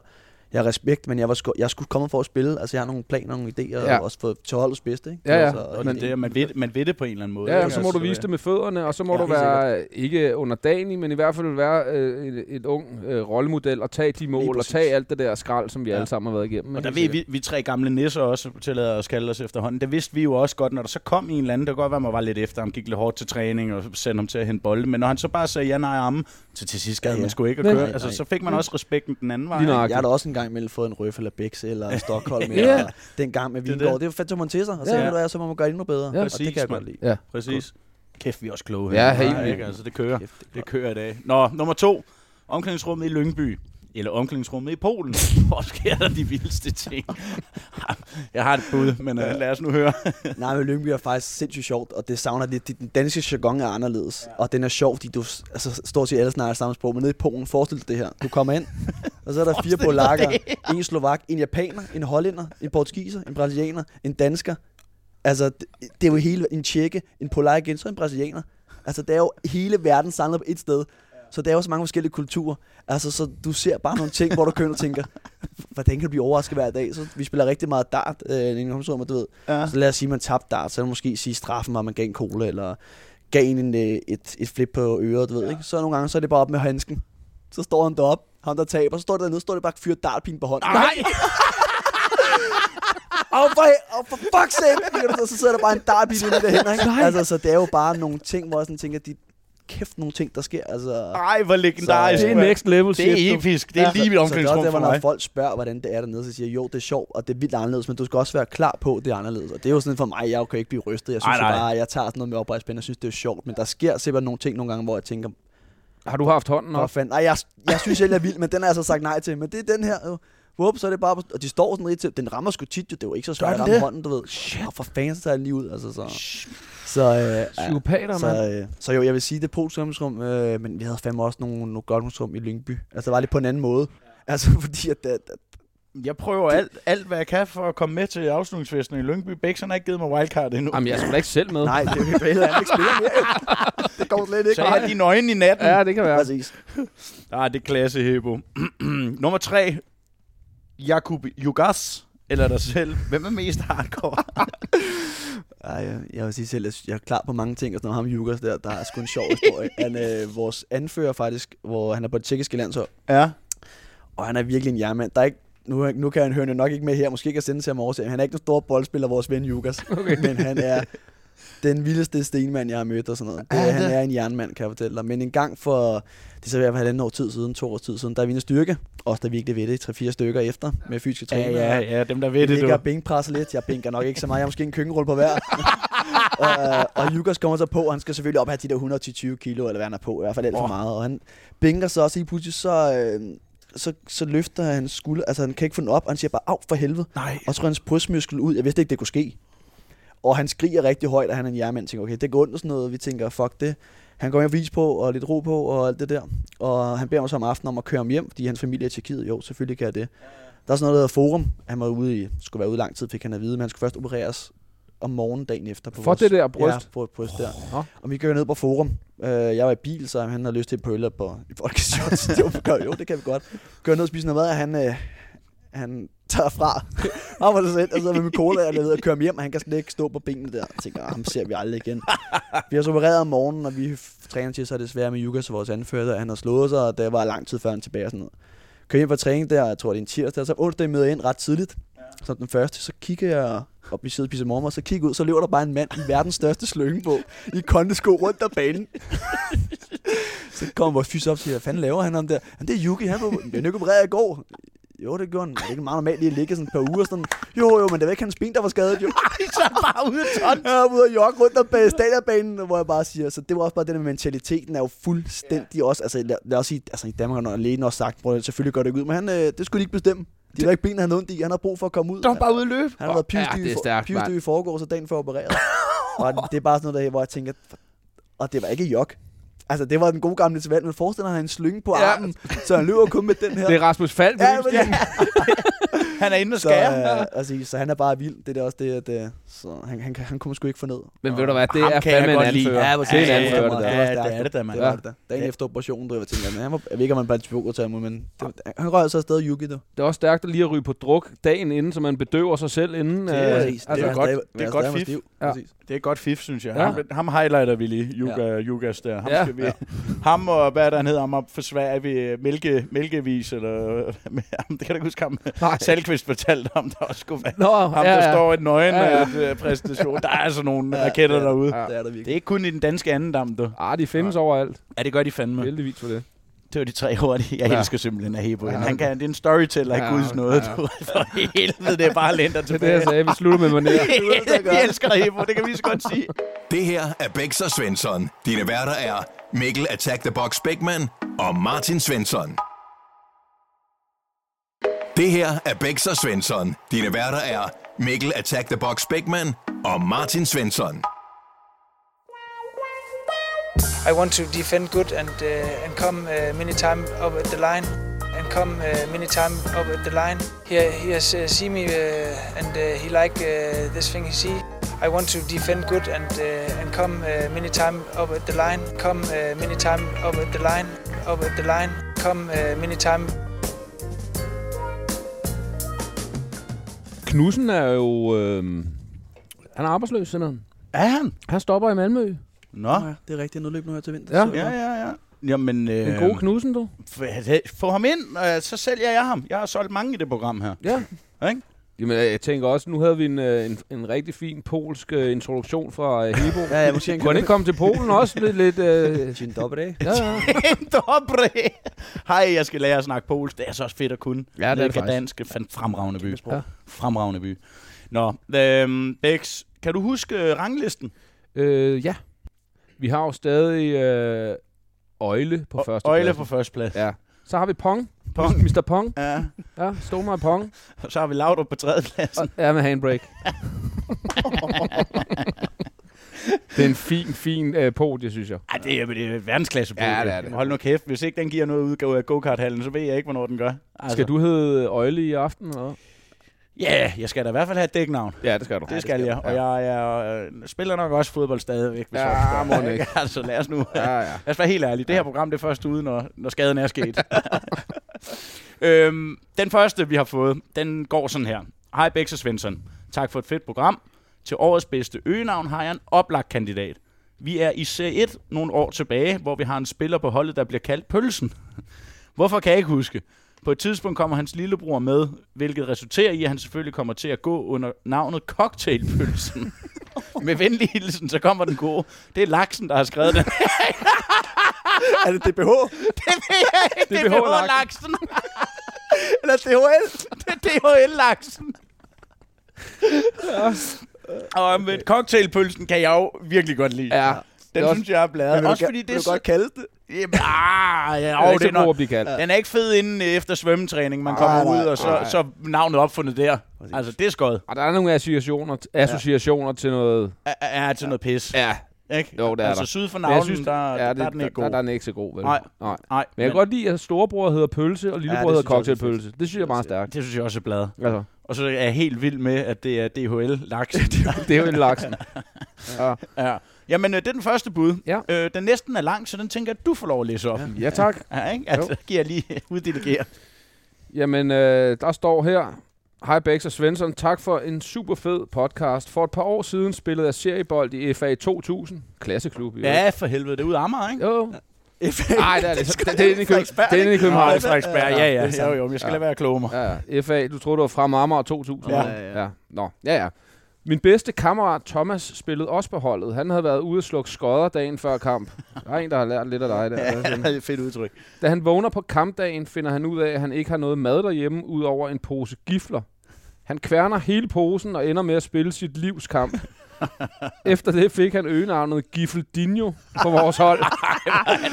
Speaker 5: jeg har respekt, men jeg, var sku, jeg skulle komme for at spille, altså jeg har nogle planer, nogle idéer,
Speaker 3: Ja.
Speaker 5: ja. og også for, til holdets bedste, ikke?
Speaker 3: Ja, ja.
Speaker 5: Altså,
Speaker 1: Og det, er, man, ved, man ved det på en eller anden måde.
Speaker 3: Ja,
Speaker 1: ikke?
Speaker 3: og så må
Speaker 1: Altså,
Speaker 3: du vise
Speaker 1: øh,
Speaker 3: det med fødderne, og så må
Speaker 5: Ja,
Speaker 3: du
Speaker 5: helt
Speaker 3: være øh, ikke underdanig, men i hvert fald være øh, et, et ung øh, rollemodel og tage de mål og
Speaker 5: præcis.
Speaker 3: tage alt det der skrald, som vi ja. alle sammen har været igennem.
Speaker 1: Og
Speaker 3: ikke?
Speaker 1: der ved vi, vi tre gamle nisser også, tillader os kalde os efterhånden. Det vidste vi jo også godt, når der så kom en eller anden, der kunne godt være, man var lidt efter ham, gik lidt hårdt til træning og sendte ham til at hente bolde. Men når han så bare sagde ja, nej, amme, så til sidst gad
Speaker 5: Ja, ja.
Speaker 1: man sgu ikke at
Speaker 3: Nej,
Speaker 1: køre.
Speaker 5: nej,
Speaker 1: Altså,
Speaker 5: nej.
Speaker 1: så fik man også respekten den anden vej.
Speaker 3: Lige nøjagtigt.
Speaker 5: Jeg har da også engang mellem fået en røf eller bæks eller Stockholm
Speaker 3: Ja.
Speaker 5: yeah. eller den gang med
Speaker 1: Det er
Speaker 5: Vingård. Det, det fandt man til sig, og så
Speaker 3: Ja.
Speaker 5: ja. ved du, hvad, så må man gøre det endnu bedre.
Speaker 3: Ja.
Speaker 5: og det kan
Speaker 1: Præcis,
Speaker 5: jeg godt
Speaker 1: mand.
Speaker 5: lide.
Speaker 3: Ja.
Speaker 1: Præcis. Kæft, vi er også kloge.
Speaker 3: Ja,
Speaker 1: her.
Speaker 3: helt
Speaker 1: Nej,
Speaker 3: vildt.
Speaker 1: ikke? Altså, det kører.
Speaker 5: Kæft, det er
Speaker 1: Det kører i dag. Nå, nummer to. Omklædningsrummet i Lyngby. Eller omklædningsrummet i Polen. Hvor sker der de vildeste ting? Jeg har et bud, men uh, lad os nu høre.
Speaker 5: godt. Nej, men Lyngby er faktisk sindssygt sjovt, og det savner lidt. Den danske jargon er anderledes, ja. og den er sjov, fordi du s- altså, stort set alle snakker samme sprog, men nede i Polen, forestil dig det her. Du kommer ind, og så er der fire polakker, en slovak, en japaner, en hollænder, en portugiser, en brasilianer, en dansker. Altså, det, det er jo hele en tjekke, en polak igen, så en brasilianer. Altså, det er jo hele verden samlet på et sted. Så der er jo så mange forskellige kulturer. Altså, så du ser bare nogle ting, hvor du kører og tænker, hvordan kan du blive overrasket hver dag? Så vi spiller rigtig meget dart, øh, i ungdomsrummet, du ved.
Speaker 1: Ja.
Speaker 5: Så lad os sige, at man tabte dart, så er det måske sige, at straffen var, at man gav en cola, eller gav en, en øh, et, et flip på øret, du ved. Ikke? Så nogle gange, så er det bare op med handsken. Så står han derop, ham der taber, så står det dernede, så står det bare fyret dartpin på hånden.
Speaker 1: Nej!
Speaker 5: Åh, for, oh, for fuck's sake! Og så sidder der bare en dartpin inde i det hænder, ikke? Altså, så det er jo bare nogle ting, hvor jeg sådan tænker, de kæft nogle ting, der sker. Altså,
Speaker 1: Ej, hvor legendarisk.
Speaker 5: Så,
Speaker 3: Det er
Speaker 1: mand.
Speaker 3: next level shit.
Speaker 1: det er
Speaker 3: du.
Speaker 1: episk. Det er lige mit
Speaker 5: altså, så, så det er også
Speaker 1: omklædningsrum
Speaker 5: der,
Speaker 1: for
Speaker 5: hvor når
Speaker 1: mig.
Speaker 5: folk spørger, hvordan det er dernede, så siger jeg, jo, det er sjovt, og det er vildt anderledes, men du skal også være klar på, at det er anderledes. Og det er jo sådan for mig, jeg kan ikke blive rystet. Jeg synes
Speaker 1: Ej,
Speaker 5: Ej,
Speaker 1: nej.
Speaker 5: bare, jeg tager sådan noget med oprejst spænd, og synes, det er sjovt. Men der sker simpelthen nogle ting nogle gange, hvor jeg tænker,
Speaker 3: Har du haft hånden
Speaker 5: Nå.
Speaker 3: op?
Speaker 5: fanden, nej, jeg, jeg synes selv, jeg er vild, men den har jeg så sagt nej til. Men det er den her, jo. Whoop, så er det bare, på- og de står sådan lidt til, den rammer sgu tit, jo. det er jo ikke så svært at ramme hånden, du ved. Shit. Og for fanden, så tager jeg den lige ud, altså så. Så, øh, ja.
Speaker 3: Psykopater, mand.
Speaker 5: Så, øh, så jo, jeg vil sige, det er polsk ungdomsrum, øh, men vi havde fandme også nogle, nogle godt ungdomsrum i Lyngby. Altså, det var lidt på en anden måde. Altså, fordi at, at, at
Speaker 1: Jeg prøver alt, alt, hvad jeg kan for at komme med til afslutningsfesten i Lyngby. Bæksen har ikke givet mig wildcard endnu.
Speaker 3: Jamen, jeg er sgu da ikke selv med.
Speaker 5: nej, det er jo ikke heller ikke spiller mere. jo. Det går slet ikke.
Speaker 1: så jeg har de nøgen i natten.
Speaker 3: Ja, det kan være.
Speaker 1: Altså,
Speaker 5: Præcis.
Speaker 1: Ah, det er klasse, Hebo. Nummer tre. Jakub Jugas. Eller dig selv. Hvem er mest hardcore?
Speaker 5: Ej, jeg, jeg vil sige selv, at jeg er klar på mange ting, og sådan noget. Ham Jukas der, der er sgu en sjov historie. Han, øh, vores anfører faktisk, hvor han er på det tjekkiske landshold,
Speaker 1: ja.
Speaker 5: og han er virkelig en jermand. Der er ikke, nu, nu kan han høre nok ikke med her, måske kan sende til ham overse. Han er ikke den store boldspiller, vores ven Jukas, okay. men han er den vildeste stenmand, jeg har mødt og sådan noget. Det, er, han er en jernmand, kan jeg fortælle dig. Men en gang for, det er så i hvert fald halvanden år tid siden, to års tid siden, der er vi en styrke, også da vi ikke ved det, 3-4 stykker efter med fysiske
Speaker 1: Ja,
Speaker 5: træning.
Speaker 1: ja, ja, dem der ved
Speaker 5: Jeg
Speaker 1: det,
Speaker 5: ligger
Speaker 1: du.
Speaker 5: og bænkpresser lidt. Jeg bænker nok ikke så meget. Jeg har måske en køkkenrulle på hver. og, og Jukas kommer så på, og han skal selvfølgelig op og have de der 120 kilo, eller hvad han er på, i hvert fald alt for
Speaker 1: Åh.
Speaker 5: meget. Og han bænker så også, i pludselig så, øh, så, så løfter han skulder, altså han kan ikke få den op, og han siger bare, af for helvede.
Speaker 1: Nej.
Speaker 5: Og så ryger hans brystmuskel ud. Jeg vidste ikke, det kunne ske. Og han skriger rigtig højt, og han er en jermand. Tænker, okay, det går ondt og sådan noget. Vi tænker, fuck det. Han går med vis på, og lidt ro på, og alt det der. Og han beder mig så om aftenen om at køre ham hjem, fordi hans familie er i Tjekkiet. Jo, selvfølgelig kan jeg det. Der er sådan noget, der hedder Forum. Han var ude i, skulle være ude lang tid, fik han at vide, men han skulle først opereres om morgenen dagen efter. På
Speaker 3: For det der bryst?
Speaker 5: Ja, på et bryst der.
Speaker 3: Nå.
Speaker 5: Og vi kører ned på Forum. Øh, jeg var i bil, så han havde lyst til et pøl op på i Folkesjons. det var, gør- jo, det kan vi godt. Kører ned og spiser noget mad, og han, øh, han tager fra. Han var så ind, og så med min cola, og jeg ved at køre ham hjem, og han kan slet ikke stå på benene der. Jeg tænker, "Ah, ham ser vi aldrig igen. Vi har så opereret om morgenen, og vi f- træner til, så er det svært med Jukas, vores anfører, og han har slået sig, og det var lang tid før han tilbage og sådan noget. Kører hjem fra træning der, jeg tror det er en tirsdag, og så onsdag møder jeg ind ret tidligt, som den første, så kigger jeg op i sidder og spiser morgenmad, og så kigger jeg ud, så lever der bare en mand i verdens største slynge på, i kondesko rundt om banen. så kommer vores fys op og siger, hvad fanden laver han om der? Jamen, det er Yuki, han blev han er ikke opereret i går. Jo, det gjorde han. Er Det er ikke meget normalt lige at ligge sådan et par uger sådan. Jo, jo, men det var ikke hans ben, der var skadet, jo.
Speaker 1: Så er bare ude af
Speaker 5: Jeg er ude og jogge rundt om bag stadionbanen, hvor jeg bare siger, så det var også bare den der mentaliteten er jo fuldstændig også, altså lad, lad os sige, altså i Danmark har lægen også sagt, bror, selvfølgelig går det ikke ud, men han, øh, det skulle de ikke bestemme. De har ikke benene, han havde ondt i, han har brug for at komme ud.
Speaker 1: Der var bare ude at løbe.
Speaker 5: Han har været
Speaker 3: Ja, det er
Speaker 5: pivstiv ja,
Speaker 3: stærkt,
Speaker 5: pivstiv i forgårs, og dagen før opereret. og det er bare sådan noget, der, hvor jeg tænker, og det var ikke jok. Altså, det var den gode gamle til valg, men forestil dig, at han har en slynge på
Speaker 3: Ja.
Speaker 5: armen, så han løber kun med den her.
Speaker 3: Det er Rasmus Falk.
Speaker 5: ja, men, ja.
Speaker 1: Han er inde og
Speaker 5: Så,
Speaker 1: skærer.
Speaker 5: øh, altså, så han er bare vild. Det er da også det, at øh, så han, han, han kunne sgu ikke få ned.
Speaker 3: Men ved du hvad, det
Speaker 1: Ham
Speaker 3: er
Speaker 1: kan jeg
Speaker 3: fandme en
Speaker 1: godt lide.
Speaker 3: anfører.
Speaker 1: Ja,
Speaker 3: Det er en
Speaker 1: præcis.
Speaker 3: anfører, det
Speaker 1: Ja,
Speaker 3: der.
Speaker 1: det er det da, mand.
Speaker 5: Det
Speaker 1: Ja.
Speaker 5: var det da. Dagen efter operationen, du jeg tænker, men han var, jeg ved ikke, om han bare tog til ham, men det,
Speaker 1: Ah.
Speaker 5: han røg så afsted Yuki, du.
Speaker 3: Det er også stærkt at lige at ryge på druk dagen inden, så man bedøver sig selv inden.
Speaker 1: Det er
Speaker 3: øh,
Speaker 1: præcis.
Speaker 3: altså,
Speaker 1: Det er godt- det er godt fif.
Speaker 3: Ja.
Speaker 5: Præcis.
Speaker 1: Det er et godt fif, synes jeg.
Speaker 3: Ja.
Speaker 1: Ham, ham highlighter vi lige, Juga, ja. Jugas der. Ham,
Speaker 3: Ja.
Speaker 1: skal vi,
Speaker 3: Ja.
Speaker 1: ham og hvad er der, han hedder, ham op for Sverige ved øh, Mælke, Mælkevis, eller øh, med ham, det kan jeg da huske ham.
Speaker 3: Nej.
Speaker 1: Salkvist fortalte om, der også skulle være.
Speaker 3: Nå,
Speaker 1: Ham,
Speaker 3: ja,
Speaker 1: der
Speaker 3: ja.
Speaker 1: står et nøgen
Speaker 3: Ja, ja.
Speaker 1: ja, ja. øh, præstation. Der er altså nogle ja, raketter
Speaker 5: ja.
Speaker 1: derude.
Speaker 5: Det er der
Speaker 1: Det er
Speaker 5: virkelig.
Speaker 1: ikke kun i den danske andendam, du.
Speaker 3: Ah, de findes overalt.
Speaker 1: Ja, det gør de fandme.
Speaker 3: Heldigvis for det.
Speaker 1: Det var de tre hurtige. Jeg ja.
Speaker 3: Ja.
Speaker 1: elsker simpelthen at Hebo. Ja.
Speaker 3: Ja.
Speaker 1: Han kan, det er en storyteller, ikke ja,
Speaker 3: Ja,
Speaker 1: guds noget.
Speaker 3: ja.
Speaker 1: Ja. For helvede, det er bare lænder
Speaker 3: Det er det,
Speaker 1: tilbage.
Speaker 3: jeg sagde. Vi slutter med manér.
Speaker 1: Vi elsker Hebo, det kan vi så godt sige.
Speaker 2: Det her er Bæks og Svensson. Dine værter er Mikkel Attack the Box Bækman og Martin Svensson. Det her er Bæks og Svensson. Dine værter er Mikkel Attack the Box Bækman og Martin Svensson.
Speaker 8: I want to defend good and uh, and come uh, many time up at the line and come uh, many time up at the line. He he has uh, seen me uh, and uh, he like uh, this thing he see. I want to defend good and uh, and come uh, many time up at the line. Come uh, many time up at the line. Up at the line. Come uh, many time
Speaker 3: Knudsen er jo... Øh, han er arbejdsløs, simpelthen.
Speaker 1: Er han?
Speaker 3: Han stopper i Malmø.
Speaker 1: Nå.
Speaker 5: Ja, det er rigtigt. Nu løb nu her til vinter.
Speaker 3: Ja.
Speaker 5: så-
Speaker 1: Ja, ja, ja. Jamen, øh,
Speaker 3: Den gode Knudsen, du.
Speaker 1: f- få ham ind, øh, så sælger jeg ham. Jeg har solgt mange i det program her.
Speaker 3: Ja.
Speaker 1: Ikke?
Speaker 3: Jamen, øh, jeg tænker også, nu havde vi en, øh, en, en rigtig fin polsk øh, introduktion fra øh, Hebo.
Speaker 5: Ja, ja, måske han
Speaker 3: Kunne han ikke komme til Polen også lidt? lidt øh,
Speaker 5: Gin dobbelt af.
Speaker 3: ja, ja.
Speaker 1: Dobre. Hej, jeg skal lære at snakke polsk. Det er så også fedt at kunne.
Speaker 3: Ja, det er
Speaker 1: Nede i
Speaker 3: det faktisk.
Speaker 1: Gdansk. Fan- Fremragende by.
Speaker 3: sprog. Ja.
Speaker 1: Fremragende by. Nå, øhm, Bex, kan du huske øh, ranglisten?
Speaker 3: Øh, ja. Vi har jo stadig øh, Øjle på første
Speaker 1: Øjle på
Speaker 3: pladsen.
Speaker 1: førsteplads.
Speaker 3: Ja. Så har vi Pong.
Speaker 1: Pong.
Speaker 3: Mr. Pong.
Speaker 1: Ja.
Speaker 3: Ja, stå mig Pong.
Speaker 1: Og så har vi Laudrup på tredjepladsen.
Speaker 3: Og, ja, med handbrake. det er en fin, fin øh, podie, synes jeg.
Speaker 1: Ej, det er, det er verdensklasse på.
Speaker 3: Ja, det er det.
Speaker 1: Hold nu kæft, hvis ikke den giver noget udgave af go-kart-hallen, så ved jeg ikke, hvornår den gør. Altså,
Speaker 3: Skal du hedde Øjle i aften? Eller? hvad?
Speaker 1: Ja, yeah, jeg skal da i hvert fald have et dæknavn.
Speaker 3: Ja, det skal du.
Speaker 1: Det skal jeg, og jeg, jeg øh, spiller nok også fodbold stadigvæk. Hvis
Speaker 3: Ja,
Speaker 1: jeg også gør det,
Speaker 3: mon ikke.
Speaker 1: altså lad os nu.
Speaker 3: Ja, ja.
Speaker 1: Lad os være helt ærlige. Det her program det er først ude, når, når skaden er sket. øhm, den første, vi har fået, den går sådan her. Hej Bex og Svensson. Tak for et fedt program. Til årets bedste øgenavn har jeg en oplagt kandidat. Vi er i C1 nogle år tilbage, hvor vi har en spiller på holdet, der bliver kaldt Pølsen. Hvorfor kan jeg ikke huske? På et tidspunkt kommer hans lillebror med, hvilket resulterer i, at han selvfølgelig kommer til at gå under navnet Cocktailpølsen. Med venlig hilsen, så kommer den gode. Det er laksen, der har skrevet den.
Speaker 5: er det DBH?
Speaker 1: Det er DBH-laksen.
Speaker 5: Eller DHL?
Speaker 1: Det er DHL-laksen. Og med cocktailpølsen kan jeg jo virkelig godt lide.
Speaker 3: Ja.
Speaker 1: Den
Speaker 3: også-
Speaker 1: synes jeg er bladet.
Speaker 5: Men vil
Speaker 1: Også
Speaker 5: du
Speaker 1: fordi
Speaker 5: ga-
Speaker 1: det er
Speaker 5: vil du
Speaker 1: så-
Speaker 5: godt kalde det.
Speaker 1: Jamen, ah, ja,
Speaker 3: Jeg
Speaker 1: åh,
Speaker 3: er
Speaker 1: det
Speaker 3: ikke så
Speaker 1: er
Speaker 3: god at
Speaker 1: nok,
Speaker 3: blive kaldt.
Speaker 1: den er ikke fed inden øh, efter svømmetræning. Man
Speaker 5: Nej,
Speaker 1: kommer ud,
Speaker 5: nej,
Speaker 1: og så,
Speaker 5: nej.
Speaker 1: så er navnet opfundet der. Altså, det er skød.
Speaker 3: Og der er nogle associationer, t- associationer ja. til noget...
Speaker 1: Er til noget pis.
Speaker 3: Ja,
Speaker 1: Ikke?
Speaker 3: Jo, det er
Speaker 1: altså,
Speaker 3: der.
Speaker 1: syd for
Speaker 3: Men
Speaker 1: navnen, synes, der, ja,
Speaker 3: det-
Speaker 1: der, er den ikke god.
Speaker 3: Der, der er den ikke så god, vel?
Speaker 1: Nej.
Speaker 3: Nej.
Speaker 1: Nej,
Speaker 3: Men jeg kan godt lide, at storebror hedder pølse, og lillebror ja, hedder
Speaker 5: det synes jeg også er
Speaker 3: cocktailpølse. Det synes jeg er meget stærkt.
Speaker 1: det synes jeg også er bladet.
Speaker 3: Altså,
Speaker 1: Og så er jeg helt vild med, at det er DHL-laksen.
Speaker 3: det er jo en laksen. Ja,
Speaker 1: Ja. Jamen, øh, det er den første bud.
Speaker 3: Ja.
Speaker 1: Øh, den næsten er lang, så den tænker jeg, at du får lov at læse op. Ja,
Speaker 3: ja tak.
Speaker 1: ja ikke? Altså, giver jeg lige uddelegere.
Speaker 3: Jamen, øh, der står her... Hej Bex og Svensson, tak for en super fed podcast. For et par år siden spillede jeg seriebold i FA 2000, klasseklub i øvrigt.
Speaker 1: Ja, for helvede. Det er ude af Amager, ikke?
Speaker 3: Jo.
Speaker 5: FA.
Speaker 3: Nej, det er det. Det, det, er inde i København. Det er inde i
Speaker 1: Nå, det er
Speaker 3: København.
Speaker 1: Frederiksberg. Ja, ja.
Speaker 5: det er
Speaker 1: Jo, jo, men jeg skal
Speaker 3: Ja.
Speaker 1: lade være klogere mig.
Speaker 3: Ja, ja. FA, du troede, det var fra Marmar 2000.
Speaker 5: Ja, ja, ja.
Speaker 3: ja. Nå, ja, ja. Min bedste kammerat Thomas spillede også på holdet. Han havde været ude at slukke skodder dagen før kamp. Der er en, der har lært lidt af dig der.
Speaker 1: Ja. Fedt udtryk.
Speaker 3: Da han vågner på kampdagen, finder han ud af, at han ikke har noget mad derhjemme, ud over en pose gifler. Han kværner hele posen og ender med at spille sit livs kamp. Efter det fik han øgenavnet Gifledinho på vores hold.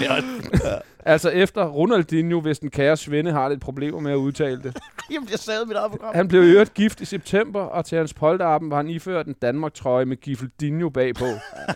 Speaker 3: altså efter Ronaldinho, hvis den kære Svende har lidt problemer med at udtale det.
Speaker 1: Jamen, jeg sad mit eget program.
Speaker 3: Han blev i øvrigt gift i september, og til hans polterappen var han iført en Danmark-trøje med Gifledinho bagpå.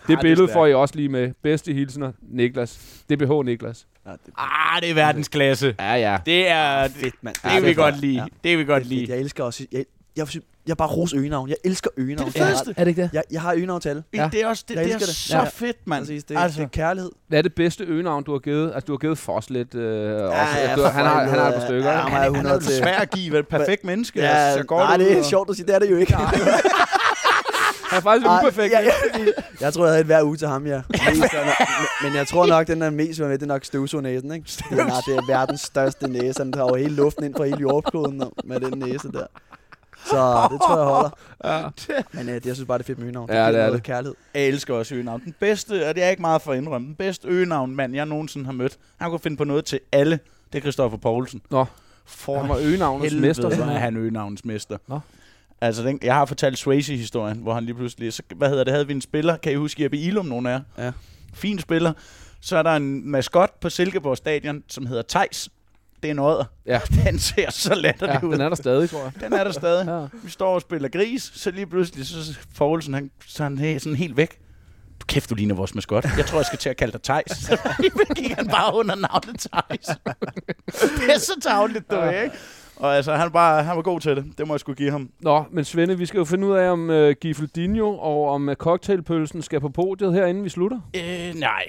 Speaker 3: Det billede får I også lige med. Bedste hilsner, Niklas. DBH Niklas.
Speaker 1: Ah, det er verdensklasse.
Speaker 3: Ja, ja.
Speaker 1: Det er... Det,
Speaker 5: Fedt, mand.
Speaker 1: det vil
Speaker 5: er
Speaker 1: vi
Speaker 5: fedt.
Speaker 1: godt lide.
Speaker 5: Ja.
Speaker 1: Det vil vi godt
Speaker 5: Fedt.
Speaker 1: lide.
Speaker 5: Jeg elsker også... Jeg, jeg, jeg, jeg bare rose øgenavn. Jeg elsker øgenavn.
Speaker 1: Det er det fedeste.
Speaker 3: Er det ikke det?
Speaker 5: Jeg, jeg har øgenavn til alle.
Speaker 1: Ja. Det er også det,
Speaker 5: Jeg
Speaker 1: det er
Speaker 5: elsker det.
Speaker 1: så
Speaker 5: Ja.
Speaker 1: fedt, mand.
Speaker 5: Præcis, det, altså. det er kærlighed.
Speaker 3: Hvad er det bedste øgenavn, du har givet? Altså, du har givet Foss lidt. Øh, ja, også.
Speaker 5: ja,
Speaker 3: du,
Speaker 5: for
Speaker 3: han, har, han har et par
Speaker 5: helvede.
Speaker 3: stykker.
Speaker 5: Ja,
Speaker 3: ikke?
Speaker 5: men-
Speaker 1: Han er, han er jo
Speaker 5: 100 til-
Speaker 1: svær at give et perfekt menneske. Ja, så går
Speaker 5: nej,
Speaker 1: du
Speaker 5: det
Speaker 1: ud
Speaker 5: er
Speaker 1: og-
Speaker 5: sjovt at sige. Det er det jo ikke.
Speaker 3: Han er faktisk lidt
Speaker 5: Ej,
Speaker 3: uperfekt.
Speaker 5: Ja, ja. Jeg tror, jeg havde et hver uge til ham, ja. Mest, øh, men- Men jeg tror nok, den der mest var med, det er nok støvsugnæsen, ikke? Det er, nej, det er verdens største næse. Han tager jo hele luften ind fra hele jordkloden med den næse der. Så det tror jeg holder. Men øh, det, jeg synes bare, det er fedt med øgenavn.
Speaker 3: Ja,
Speaker 5: giver
Speaker 3: det er
Speaker 5: noget
Speaker 3: det.
Speaker 5: Kærlighed.
Speaker 1: Jeg elsker også øgenavn. Den bedste, og det er ikke meget for at indrømme, den bedste øgenavn, mand, jeg nogensinde har mødt, han kunne finde på noget til alle. Det er Christoffer Poulsen.
Speaker 3: Nå.
Speaker 1: For
Speaker 3: Han var øgenavnets
Speaker 1: helvede,
Speaker 3: mester, så.
Speaker 1: hvor er han øgenavnens mester.
Speaker 3: Nå.
Speaker 1: Altså, den, jeg har fortalt Swayze-historien, hvor han lige pludselig... Så, hvad hedder det? Havde vi en spiller, kan I huske Jeppe Ilum, nogen af jer?
Speaker 5: Ja.
Speaker 1: Fin spiller. Så er der en maskot på Silkeborg Stadion, som hedder Tejs. Det er en odder.
Speaker 3: Ja.
Speaker 1: Den ser så
Speaker 3: Ja,
Speaker 1: latterlig ja, ud.
Speaker 3: den er der stadig, tror jeg.
Speaker 1: Den er der stadig.
Speaker 3: Ja.
Speaker 1: Vi står og spiller gris, så lige pludselig, så Poulsen, han, så er han he- sådan helt væk. Du kæft, du ligner vores maskot. Jeg tror, jeg skal til at kalde dig Thijs. Så gik han bare under navnet Thijs. det er så tavligt, du ja. ikke? Og altså, han, bare, han var god til det. Det må jeg skulle give ham.
Speaker 3: Nå, men Svende, vi skal jo finde ud af, om uh, Gifeldinho og om uh, cocktailpølsen skal på podiet her, inden vi slutter.
Speaker 1: Øh, nej.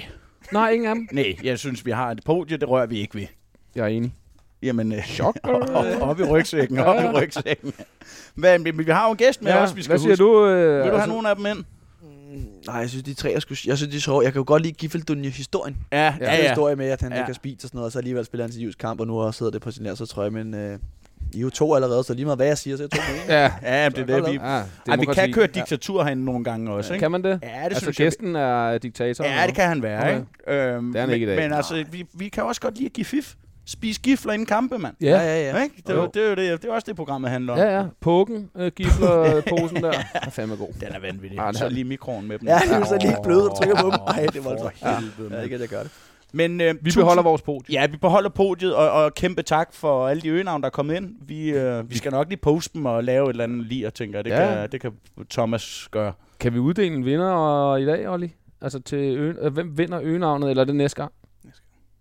Speaker 3: Nej, ingen af dem.
Speaker 1: Nej, jeg synes, vi har et podie, det rører vi ikke ved.
Speaker 3: Jeg er enig.
Speaker 1: Jamen, øh, chok. op, op, i rygsækken, op i rygsækken. Men, men vi har jo en gæst med ja, os, vi skal
Speaker 3: Hvad siger
Speaker 1: huske.
Speaker 3: du? Øh,
Speaker 1: Vil du Altså- have nogen af dem ind?
Speaker 5: Nej, jeg synes, de tre er sgu... Jeg synes, de er sjove. Jeg kan jo godt lide Giffeldunje historien.
Speaker 1: Ja,
Speaker 5: Ja, ja. historie med, at han ja.
Speaker 1: Ja.
Speaker 5: ikke har spist og sådan noget, og så alligevel spiller han sin kamp, og nu også sidder det på sin landsholdstrøje, men øh, I er jo to allerede, så lige meget hvad jeg siger, så er jeg to med.
Speaker 3: Ja,
Speaker 1: Ja, men det er det, vi...
Speaker 3: ja
Speaker 1: Ej, vi kan
Speaker 3: demokrati.
Speaker 1: køre diktatur herinde nogle gange også, ikke?
Speaker 3: Kan man det?
Speaker 1: Ja, det
Speaker 3: altså,
Speaker 1: synes jeg.
Speaker 3: gæsten er diktator.
Speaker 1: Ja, det kan han være,
Speaker 3: Okay.
Speaker 1: ikke? Øhm,
Speaker 3: Det er han
Speaker 1: men,
Speaker 3: ikke i dag.
Speaker 1: Men altså, vi, vi kan også godt lide at give fif. Spise gifler inden kampe, mand.
Speaker 3: Ja, ja,
Speaker 5: ja, ja.
Speaker 1: Ikke? Det, er
Speaker 3: Jo.
Speaker 1: jo. det, er jo det, det er også det, programmet handler om.
Speaker 3: ja. ja. Pukken, øh, gifler posen der. Den er fandme god.
Speaker 1: Den er vanvittig.
Speaker 3: Ja, den
Speaker 1: så
Speaker 3: er-
Speaker 1: lige mikroen med dem.
Speaker 5: Ja, det er jo så lige bløde, du trykker på dem. Ej, det er voldsomt.
Speaker 1: For helvede,
Speaker 5: Ja, det
Speaker 1: mand.
Speaker 5: kan jeg gøre det.
Speaker 1: Men øh,
Speaker 3: Vi beholder vores podie.
Speaker 1: Ja, vi beholder podiet, og, og kæmpe tak for alle de øgenavn, der er kommet ind. Vi, øh, vi skal nok lige poste dem og lave et eller andet lige, og tænker, jeg. det,
Speaker 3: Ja.
Speaker 1: ja. kan, det kan Thomas gøre.
Speaker 3: Kan vi uddele en vinder og, i dag, Olli? Altså til øen, øh, hvem vinder øgenavnet, eller er det næste gang?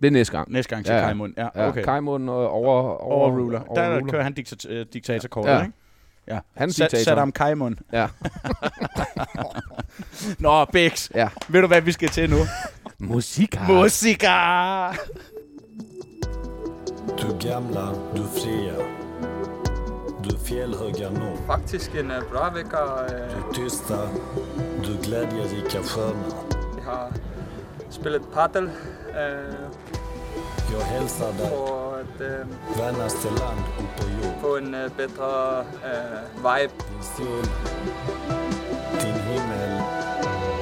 Speaker 3: Det er næste gang.
Speaker 1: Næste gang til
Speaker 3: Ja,
Speaker 1: ja.
Speaker 3: ja.
Speaker 1: Kajmund. Ja,
Speaker 3: Ja,
Speaker 1: okay.
Speaker 3: Kajmund øh, over,
Speaker 1: Overruler.
Speaker 3: overruler.
Speaker 1: Der kører han diktat- øh, diktatorkortet,
Speaker 3: Ja.
Speaker 1: ikke? Ja.
Speaker 3: Han er
Speaker 1: Sa-
Speaker 3: diktator.
Speaker 1: Saddam Kajmund.
Speaker 3: Ja.
Speaker 1: Nå, Bix.
Speaker 3: Ja.
Speaker 1: Ved du, hvad vi skal til nu?
Speaker 3: Musik.
Speaker 1: Musika!
Speaker 9: Du gamla, du fria. Du fjällhöga norr.
Speaker 10: Faktisk en øh, bra vecka. øh,
Speaker 9: Du tysta, du glädjerika sköna.
Speaker 10: Vi har spillet paddel øh,
Speaker 9: Jag hälsar dig,
Speaker 10: for at øh,
Speaker 9: värnaste land upp på jord.
Speaker 10: få en øh, bedre øh, vibe.
Speaker 9: Din sol, din himmel,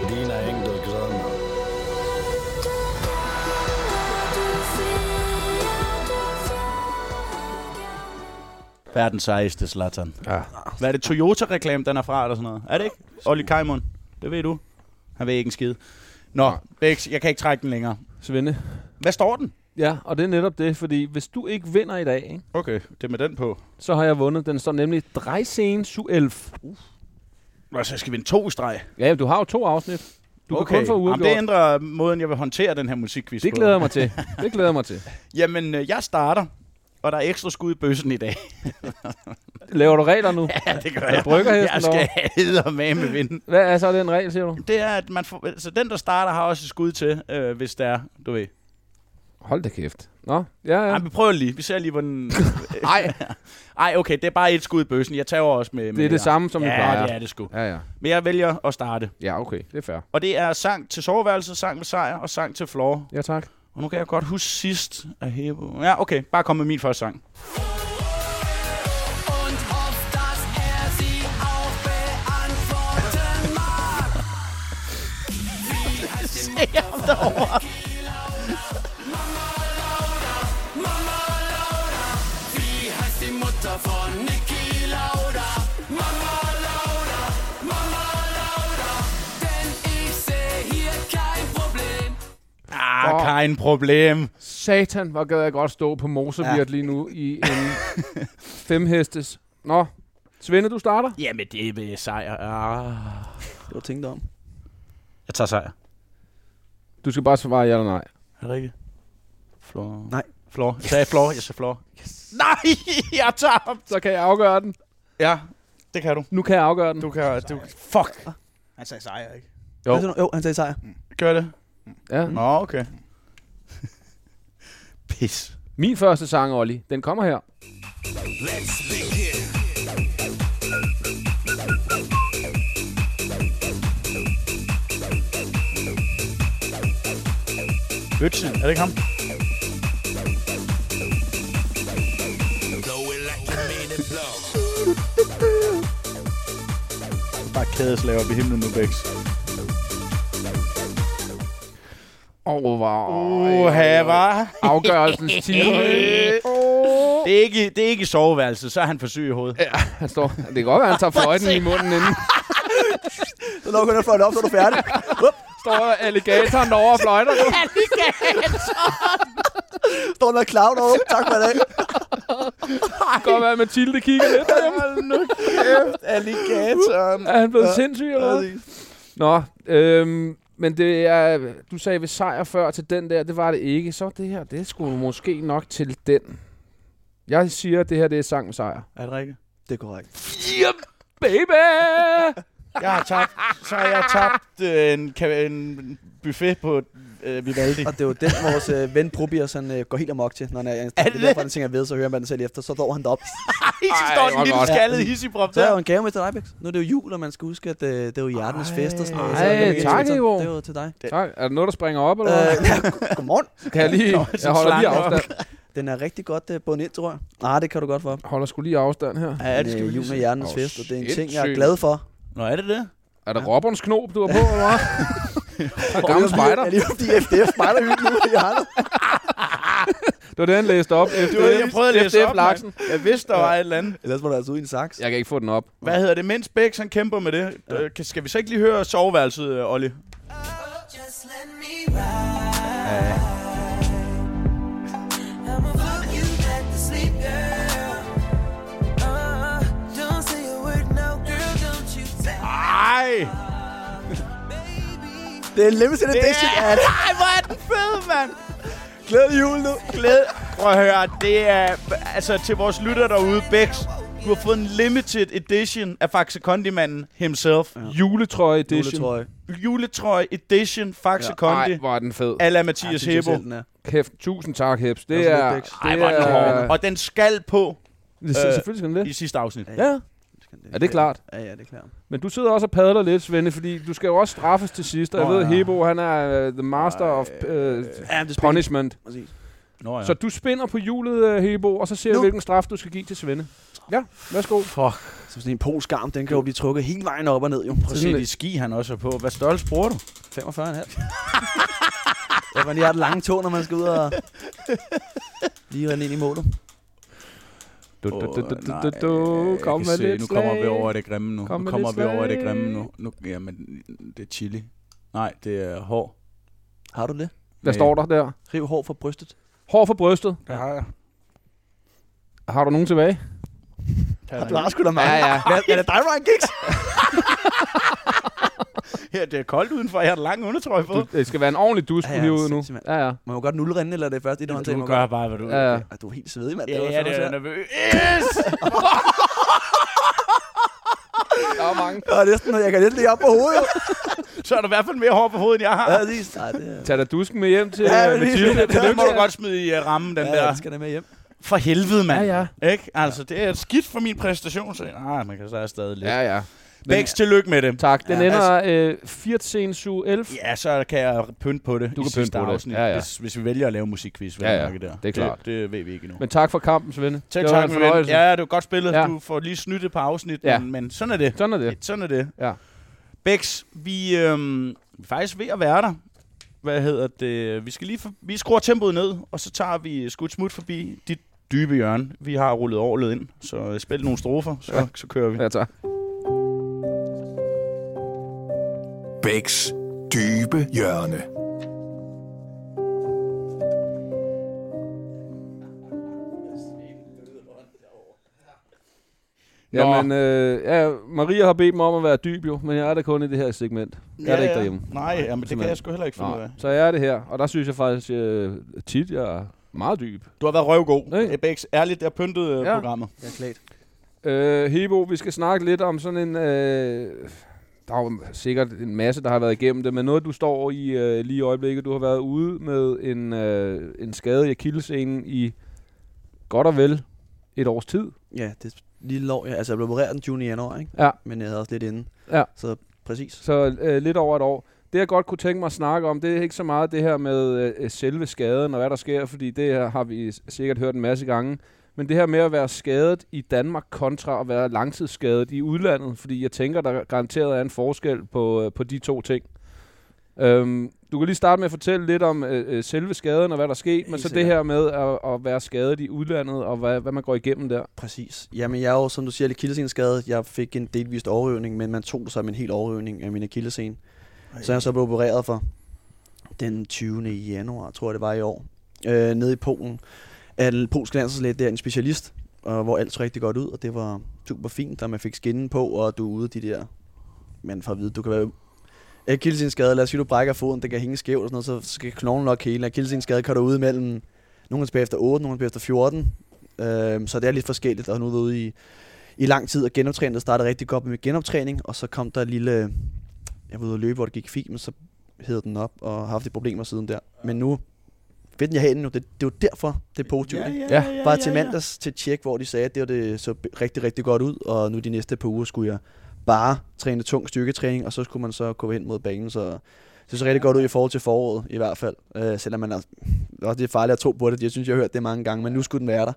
Speaker 9: dina ängder gröna.
Speaker 1: Verdens sejeste Zlatan.
Speaker 3: Ja.
Speaker 1: Hvad er det? Toyota-reklame, den er fra, eller sådan noget? Er det ikke? Olli Kajmund. Det ved du. Han ved ikke en skid. Nå, Bix, jeg kan ikke trække den længere.
Speaker 3: Svende.
Speaker 1: Hvad står den?
Speaker 3: Ja, og det er netop det, fordi hvis du ikke vinder i dag, ikke,
Speaker 1: Okay, det er med den på.
Speaker 3: så har jeg vundet. Den står nemlig Drejsen Su 11.
Speaker 1: Nå, så skal vi en to i streg.
Speaker 3: Ja, du har jo to afsnit. Du okay. kan kun få
Speaker 1: Jamen, det
Speaker 3: uafgjort.
Speaker 1: ændrer måden, jeg vil håndtere den her musikquiz
Speaker 3: Det
Speaker 1: på.
Speaker 3: glæder jeg mig til. Det glæder jeg mig til.
Speaker 1: Jamen, øh, jeg starter, og der er ekstra skud i bøssen i dag.
Speaker 3: Laver du regler nu?
Speaker 1: Ja, det gør
Speaker 3: jeg. bryggerhesten
Speaker 1: Jeg skal eddermame med vinde.
Speaker 3: Hvad er så den regel, siger du?
Speaker 1: Det er, at man får, altså, den, der starter, har også et skud til, øh, hvis der er, du ved.
Speaker 3: Hold da kæft. Nå, ja,
Speaker 1: Ja.
Speaker 3: ja.
Speaker 1: Ej, vi prøver lige. Vi ser lige, hvordan...
Speaker 3: Nej,
Speaker 1: Ej, okay, det er bare et skud i bøssen. Jeg tager også med...
Speaker 3: det er det samme, som vi
Speaker 1: ja,
Speaker 3: plejer.
Speaker 1: det er det sgu.
Speaker 3: Ja, ja.
Speaker 1: Men jeg vælger at starte.
Speaker 3: Ja, okay. Det er fair.
Speaker 1: Og det er sang til soveværelset, sang med sejr og sang til floor.
Speaker 3: Ja, tak.
Speaker 1: Og nu kan jeg godt huske sidst at hæve... Ja, okay. Bare kom med min første sang. Ah,
Speaker 3: Åh.
Speaker 1: kein problem.
Speaker 3: Satan, hvor gad jeg godt stå på Mosevirt ja. lige nu i en femhestes. Nå, Svende, du starter?
Speaker 1: Jamen, det er ved sejr. Ah.
Speaker 5: Det var tænkt om.
Speaker 1: Jeg tager sejr.
Speaker 3: Du skal bare svare ja eller nej.
Speaker 1: Er det rigtigt? Flor.
Speaker 5: Nej.
Speaker 1: Flor. Jeg sagde flor. Jeg sagde flor. Yes. Nej, jeg tager ham.
Speaker 3: Så kan jeg afgøre den.
Speaker 1: Ja, det kan du.
Speaker 3: Nu kan jeg afgøre den.
Speaker 1: Du kan... Du, fuck. Han sagde sejr, ikke? Jo.
Speaker 5: Jo, jo han sagde sejr.
Speaker 1: Gør det.
Speaker 3: Ja.
Speaker 1: Nå, okay. Pis.
Speaker 3: Min første sang, Olli, den kommer her.
Speaker 1: Øtsen, er det ikke ham? Bare kædeslag op i himlen nu, Bex.
Speaker 3: Åh, oh, wow.
Speaker 1: Uha, hva?
Speaker 3: Afgørelsens time.
Speaker 1: Det Det er ikke, i- det er ikke i soveværelset, så er han for syg i hovedet.
Speaker 3: Ja, han står. Det kan godt være, han tager fløjten i munden inden.
Speaker 5: Så lukker han fløjten op, så er du færdig. Hup.
Speaker 3: Står alligatoren over og fløjter. nu.
Speaker 5: Står der clown over. Tak for i dag.
Speaker 3: Det kan godt være, at Mathilde kigger lidt på ham.
Speaker 1: Hold nu kæft, alligatoren.
Speaker 3: Er han blevet sindssyg eller hvad?
Speaker 1: Præcis.
Speaker 3: Nå, øhm, men det er, du sagde ved sejr før til den der, det var det ikke. Så det her, det skulle måske nok til den. Jeg siger, at det her det er sang med sejr.
Speaker 1: Er det rigtigt?
Speaker 5: Det er korrekt.
Speaker 3: Baby!
Speaker 1: Jeg har tabt, så har jeg tabt øh, en, ka- en buffet på øh, Vivaldi.
Speaker 5: Og det er jo den, vores øh, ven Probius, han øh, går helt amok til, når han er, er det?
Speaker 1: Er
Speaker 5: er
Speaker 1: det
Speaker 5: derfor, han tænker ved, så hører man den selv efter, så står han derop.
Speaker 1: Ej, så står den
Speaker 3: hvor
Speaker 1: lille
Speaker 3: godt.
Speaker 1: skaldede hissiprop
Speaker 5: Så er der jo
Speaker 1: der.
Speaker 5: en gave med til dig, Bex. Nu er det jo jul, og man skal huske, at øh, det er jo hjertens fest og sådan noget.
Speaker 3: Ej,
Speaker 5: Så er det jo ikke
Speaker 3: tak,
Speaker 5: så-
Speaker 3: Ivo.
Speaker 5: Det er jo til dig.
Speaker 3: Tak. Er der noget, der springer op, eller
Speaker 5: Øh,
Speaker 3: hvad?
Speaker 5: ja, go- godmorgen.
Speaker 3: Kan jeg lige...
Speaker 1: Nå,
Speaker 3: Jeg
Speaker 1: sådan
Speaker 3: holder lige
Speaker 1: slank op.
Speaker 3: afstand.
Speaker 5: Den er rigtig godt øh, bundet ind, tror jeg. Ah, det kan du godt for.
Speaker 3: Holder sgu lige afstand her.
Speaker 1: Ja, det skal vi
Speaker 5: jul
Speaker 1: lige
Speaker 5: med
Speaker 1: se.
Speaker 5: hjertens
Speaker 3: Åh,
Speaker 5: fest, og det er en ting, jeg er
Speaker 3: sindssygt.
Speaker 5: glad for.
Speaker 1: Nå, er det det?
Speaker 3: Er det Robberens knob, du har på, eller hvad? Og gammel spejder.
Speaker 5: Er det jo fordi FDF spejder hyggen nu i hjertet?
Speaker 3: Det var det, han læste op. FDF,
Speaker 1: Det var det, jeg prøvede at læse op,
Speaker 3: Laksen.
Speaker 1: mand. Jeg vidste, der var et eller andet.
Speaker 5: Ellers må du altså ud i en saks.
Speaker 3: Jeg kan ikke få den op.
Speaker 1: Hvad hedder det? Mens Bex, han kæmper med det. Øh, kan- Skal vi så ikke lige høre soveværelset, øh, Olli? Ej!
Speaker 5: Det er en limited
Speaker 1: Det
Speaker 5: edition
Speaker 1: er...
Speaker 5: af det.
Speaker 1: Ej, hvor er den fed, mand!
Speaker 5: Glædelig jul nu.
Speaker 1: Glæd... Prøv at høre, det er... Altså, til vores lytter derude, Bex, du har fået en limited edition af Faxe Kondi-manden himself.
Speaker 3: Juletrøje edition.
Speaker 5: Juletrøje.
Speaker 1: Juletrøje edition Faxe Kondi.
Speaker 3: Ej, hvor er den fed.
Speaker 1: a la Mathias
Speaker 5: Synes jeg
Speaker 1: Hebo.
Speaker 5: selv, den er.
Speaker 3: Kæft, tusind tak, Heps. Det
Speaker 5: Det
Speaker 3: er... er
Speaker 5: er sådan lidt dæks.
Speaker 1: Ej, hvor Altså, er den hård. Og den skal på
Speaker 3: det er
Speaker 1: Øh,
Speaker 3: selvfølgelig sådan
Speaker 1: i
Speaker 3: det.
Speaker 1: sidste afsnit.
Speaker 3: Ja, er det klart?
Speaker 5: Ja, ja, det er klart.
Speaker 3: Men du sidder også og padler lidt, Svende, fordi du skal jo også straffes til sidst. Og jeg
Speaker 1: Nå,
Speaker 3: ved,
Speaker 1: ja.
Speaker 3: Hebo, han er uh, the master of uh,
Speaker 5: Ja, det er
Speaker 3: punishment.
Speaker 5: Præcis.
Speaker 1: Nå, ja.
Speaker 3: Så du spinder på hjulet, øh, Hebo, og så ser
Speaker 5: Nu.
Speaker 3: jeg, hvilken straf du skal give til Svende. Ja, værsgo.
Speaker 1: Fuck.
Speaker 5: Som sådan en polsk arm, den kan jo blive trukket hele vejen op og ned, jo.
Speaker 1: Prøv at se de ski, han også er på. Hvad størrelse bruger du?
Speaker 5: 45,5. ja, man lige har den lange tog, når man skal ud og... Lige rende ind i målet.
Speaker 3: Du, du, du, du, du, du, du. Kom med lidt
Speaker 1: Nu kommer vi
Speaker 3: slag.
Speaker 1: over det grimme nu.
Speaker 3: Kom
Speaker 1: nu
Speaker 3: med
Speaker 1: kommer
Speaker 3: lidt
Speaker 1: vi over det
Speaker 3: slag.
Speaker 1: grimme nu. nu. Jamen, det er chili. Nej, det er hår.
Speaker 5: Har du det?
Speaker 3: Hvad står der der?
Speaker 5: Riv hår fra brystet.
Speaker 3: Hår for brystet.
Speaker 1: Det har jeg.
Speaker 3: Har du nogen tilbage?
Speaker 5: Du har sgu da mange.
Speaker 3: Ja, ja.
Speaker 5: Hvad, er det dig, Ryan Giggs?
Speaker 1: Her, det er koldt udenfor. Jeg har en lang undertrøje på.
Speaker 3: Du, det skal være en ordentlig dusk,
Speaker 5: Ja,
Speaker 3: du
Speaker 5: ja,
Speaker 3: hiver ud nu.
Speaker 5: sindssygt, mand.
Speaker 3: Ja, ja.
Speaker 5: Må man godt nulle rinde, eller er det først i det håndtag?
Speaker 1: Du
Speaker 5: man
Speaker 1: gør bare, hvad du vil.
Speaker 3: ja.
Speaker 5: godt- Ej, du er helt svedig, mand.
Speaker 1: Ja,
Speaker 5: var
Speaker 1: ja,
Speaker 5: fandme
Speaker 1: det er
Speaker 5: svært.
Speaker 1: nervøs. Yes!
Speaker 3: Der er mange.
Speaker 5: Og det er sådan, at jeg kan lidt lige op på hovedet.
Speaker 1: Så er der i hvert fald mere hår på hovedet, end jeg har.
Speaker 5: Ja, det er... Nej, det er...
Speaker 3: Tag da dusken med hjem til
Speaker 5: Ja,
Speaker 3: ja,
Speaker 5: men lige-
Speaker 3: Mathilde.
Speaker 1: Det, det må du godt smide i uh, rammen, den
Speaker 5: Ja,
Speaker 1: der.
Speaker 5: det skal da med hjem.
Speaker 1: For helvede, mand.
Speaker 3: Ja,
Speaker 1: Ikke? Altså, det er skidt for min præstation. Så, nej, man kan så stadig lidt.
Speaker 3: Ja,
Speaker 1: Ja,
Speaker 3: ja.
Speaker 1: Vækst, tillykke med det.
Speaker 3: Tak. Den
Speaker 1: Ja,
Speaker 3: ja, ender altså, øh, 14 su 11.
Speaker 1: Ja, så kan jeg pynte på det
Speaker 3: Du
Speaker 1: i
Speaker 3: kan
Speaker 1: sidste
Speaker 3: pynte på det.
Speaker 1: afsnit,
Speaker 3: Ja, ja.
Speaker 1: Hvis, hvis vi vælger at lave musikquiz. vel
Speaker 3: Ja,
Speaker 1: at
Speaker 3: ja.
Speaker 1: mærke Der.
Speaker 3: Det er klart.
Speaker 1: Det, det ved vi ikke endnu.
Speaker 3: Men tak for kampen, Svende.
Speaker 1: Selv
Speaker 3: det var
Speaker 1: tak,
Speaker 3: en
Speaker 1: min ven.
Speaker 3: fornøjelse.
Speaker 1: Ja, det var godt spillet.
Speaker 3: Ja.
Speaker 1: Ja. Du får lige snydt et par afsnit,
Speaker 3: Ja.
Speaker 1: ja. men, men sådan er det.
Speaker 3: Sådan er det.
Speaker 1: Sådan er det.
Speaker 3: Ja.
Speaker 1: Bex, vi, øhm, vi er faktisk ved at være der. Hvad hedder det? Vi skal lige for, vi skruer tempoet ned, og så tager vi skudt smut forbi dit dybe hjørne. Vi har rullet overlet ind, så øh, spil nogle strofer, så,
Speaker 3: Ja.
Speaker 1: ja. så kører vi.
Speaker 3: Ja, tak.
Speaker 2: Bæks dybe hjørne.
Speaker 1: Nå.
Speaker 3: Jamen, øh, ja, Maria har bedt mig om at være dyb jo, men jeg er der kun i det her segment. Jeg er der ikke derhjemme.
Speaker 1: Nej, ja, men det kan
Speaker 3: Simpelthen.
Speaker 1: jeg sgu heller ikke finde ud af.
Speaker 3: Nej. Så jeg er det her, og der synes jeg faktisk øh, tit, jeg er meget dyb.
Speaker 1: Du har været røvgod.
Speaker 3: Nej.
Speaker 1: Hey. Bex, ærligt, jeg pyntede
Speaker 3: Ja.
Speaker 1: ja. programmet.
Speaker 5: Ja, klart.
Speaker 3: Øh, Hebo, vi skal snakke lidt om sådan en... Øh, der er jo sikkert en masse, der har været igennem det, men noget, du står i øh, lige i øjeblikket, du har været ude med en, øh, en skade i akillescenen i godt og vel et års tid.
Speaker 5: Ja, det er lige lov. Ja. Altså, jeg blev opereret den 20. januar, ikke?
Speaker 3: Ja.
Speaker 5: Men jeg havde også lidt inden.
Speaker 3: Ja.
Speaker 5: Så præcis.
Speaker 3: Så øh, lidt over et år. Det, jeg godt kunne tænke mig at snakke om, det er ikke så meget det her med øh, selve skaden og hvad der sker, fordi det her har vi s- sikkert hørt en masse gange. Men det her med at være skadet i Danmark kontra at være langtidsskadet i udlandet, fordi jeg tænker, der garanteret er en forskel på, øh, på de to ting. Øhm, Du kan lige starte med at fortælle lidt om øh, øh, selve skaden og hvad der skete, men så det
Speaker 5: sikkert.
Speaker 3: her med at, at være skadet i udlandet og hvad, hvad man går igennem der.
Speaker 5: Præcis. Jamen, jeg er jo, som du siger, lidt kildesenskadet. Jeg fik en delvist overøvning, men man tog sig med en hel overøvning af min akillescene. Så jeg så blev opereret for den 20. januar, tror jeg det var i år, øh, nede i Polen. Af den polske landslæge, der er en specialist, og hvor alt så rigtig godt ud, og det var super fint, og man fik skinnen på, og du er ude af de der, man får at vide, du kan være akillesindskade, lad os sige, du brækker foden, den kan hænge skævt og sådan noget, så skal knoglen nok hele. Akillesindskade kan du ud mellem, nogle tilbage efter 8, nogle tilbage efter 14, Øhm, så det er lidt forskelligt, og nu er vi ude i, i lang tid og genoptræne. Det startede rigtig godt med genoptræning, og så kom der et lille... Jeg var ude at løbe, hvor det gik fint, men så hed den op og har haft de problemer siden der. Men nu ved den, jeg har nu. Det, det er jo derfor, det er positivt.
Speaker 1: Ja,
Speaker 5: ikke?
Speaker 1: ja, ja, ja,
Speaker 5: Bare
Speaker 1: ja,
Speaker 5: til
Speaker 1: ja.
Speaker 5: mandags til tjek, hvor de sagde, at det, var det så rigtig, rigtig godt ud, og nu de næste par uger skulle jeg bare træne tung styrketræning, og så skulle man så gå hen mod banen, så det så rigtig godt ud i forhold til foråret, i hvert fald. Øh, selvom man er, også det er farligt at tro på det, jeg synes, jeg har hørt det mange gange, men nu skulle den være der.